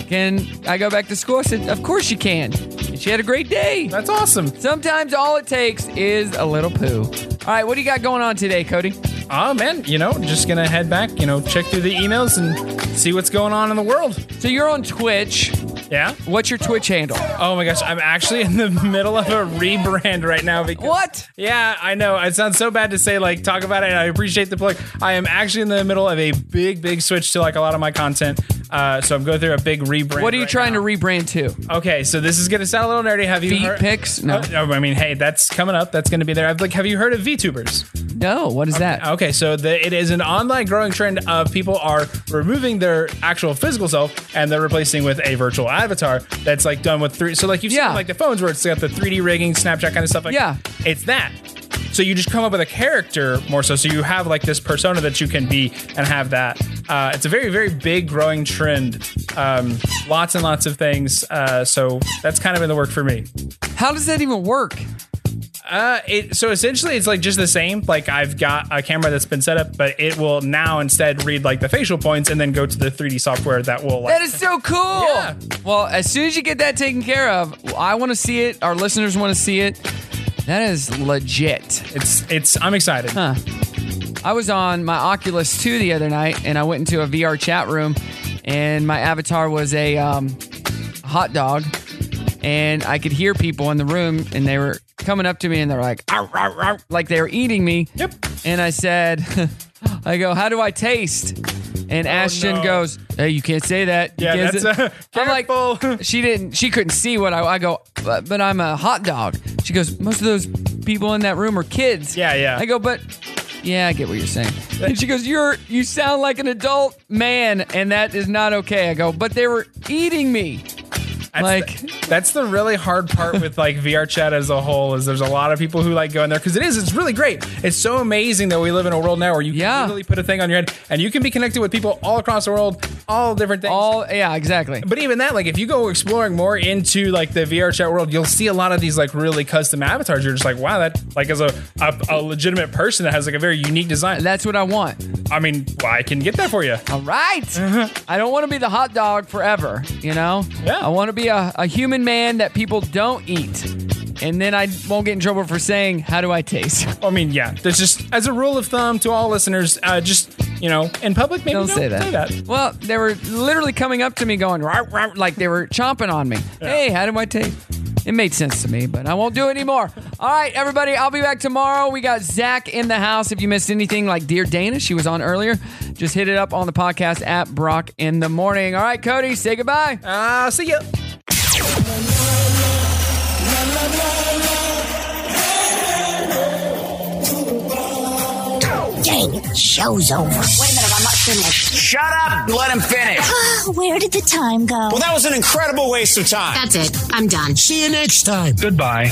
S1: Can I go back to school? I said, Of course you can. And she had a great day.
S3: That's awesome.
S1: Sometimes all it takes is a little poo. All right, what do you got going on today, Cody?
S3: Oh man, you know, just gonna head back, you know, check through the emails and see what's going on in the world.
S1: So you're on Twitch.
S3: Yeah.
S1: What's your Twitch handle?
S3: Oh my gosh, I'm actually in the middle of a rebrand right now because
S1: What?
S3: Yeah, I know. It sounds so bad to say like talk about it and I appreciate the plug. I am actually in the middle of a big, big switch to like a lot of my content. Uh, so I'm going through a big rebrand.
S1: What are you
S3: right
S1: trying to rebrand to?
S3: Okay, so this is gonna sound a little nerdy. Have you
S1: Feet
S3: heard
S1: pics? No.
S3: Oh, I mean, hey, that's coming up. That's gonna be there. I've, like, have you heard of VTubers?
S1: No, what is that?
S3: Okay, so the, it is an online growing trend of people are removing their actual physical self and they're replacing with a virtual avatar that's like done with three. So like you've seen like the phones where it's got the 3D rigging, Snapchat kind of stuff. Like yeah, it's that. So you just come up with a character more so. So you have like this persona that you can be and have that. Uh, it's a very very big growing trend. Um, lots and lots of things. Uh, so that's kind of in the work for me.
S1: How does that even work?
S3: Uh, it so essentially it's like just the same. Like I've got a camera that's been set up, but it will now instead read like the facial points and then go to the 3D software that will like
S1: That is so cool. Well, as soon as you get that taken care of, I want to see it. Our listeners want to see it. That is legit.
S3: It's it's I'm excited.
S1: Huh. I was on my Oculus 2 the other night and I went into a VR chat room and my avatar was a um, hot dog and I could hear people in the room and they were coming up to me and they're like "Ow, ow, ow," like they were eating me. Yep. And I said I go, "How do I taste?" And Ashton
S3: Oh, no.
S1: goes, "Hey, you can't say that." You
S3: Yeah,
S1: can't
S3: that's,
S1: say-"
S3: uh,
S1: I'm like, she didn't, she couldn't see what I. I go, but, but I'm a hot dog. She goes, most of those people in that room are kids. Yeah, yeah. I go, but yeah, I get what you're saying. And she goes, you're, you sound like an adult man, and that is not okay. I go, but they were eating me.
S3: like that's the really hard part with like VR chat as a whole is there's a lot of people who like go in there because it is it's really great. It's so amazing that we live in a world now where you can literally put a thing on your head and you can be connected with people all across the world, all different things. All
S1: yeah, exactly.
S3: But even that, like if you go exploring more into like the VR chat world, you'll see a lot of these like really custom avatars. You're just like, wow, that like as a a, a legitimate person that has like a very unique design.
S1: That's what I want.
S3: I mean, well, I can get that for you.
S1: All right. I don't want to be the hot dog forever, you know? Yeah. I want to be a, a human man that people don't eat. And then I won't get in trouble for saying, How do I taste?
S3: I mean, yeah. There's just as a rule of thumb to all listeners, uh, just you know, in public, maybe
S1: Don't say that. Well, they were literally coming up to me going, "Row, row," like they were chomping on me. Hey, how do I taste? It made sense to me, but I won't do it anymore. All right, everybody, I'll be back tomorrow. We got Zach in the house. If you missed anything like Dear Dana, she was on earlier, just hit it up on the podcast at Brock in the Morning. All right, Cody, say goodbye.
S3: Uh, see ya.
S23: Dang it, the show's over. Wait a minute, I'm not finished.
S11: Shut up! Let him finish.
S23: Where did the time go?
S11: Well, that was an incredible waste of time.
S23: That's it. I'm done.
S11: See you next time. Goodbye.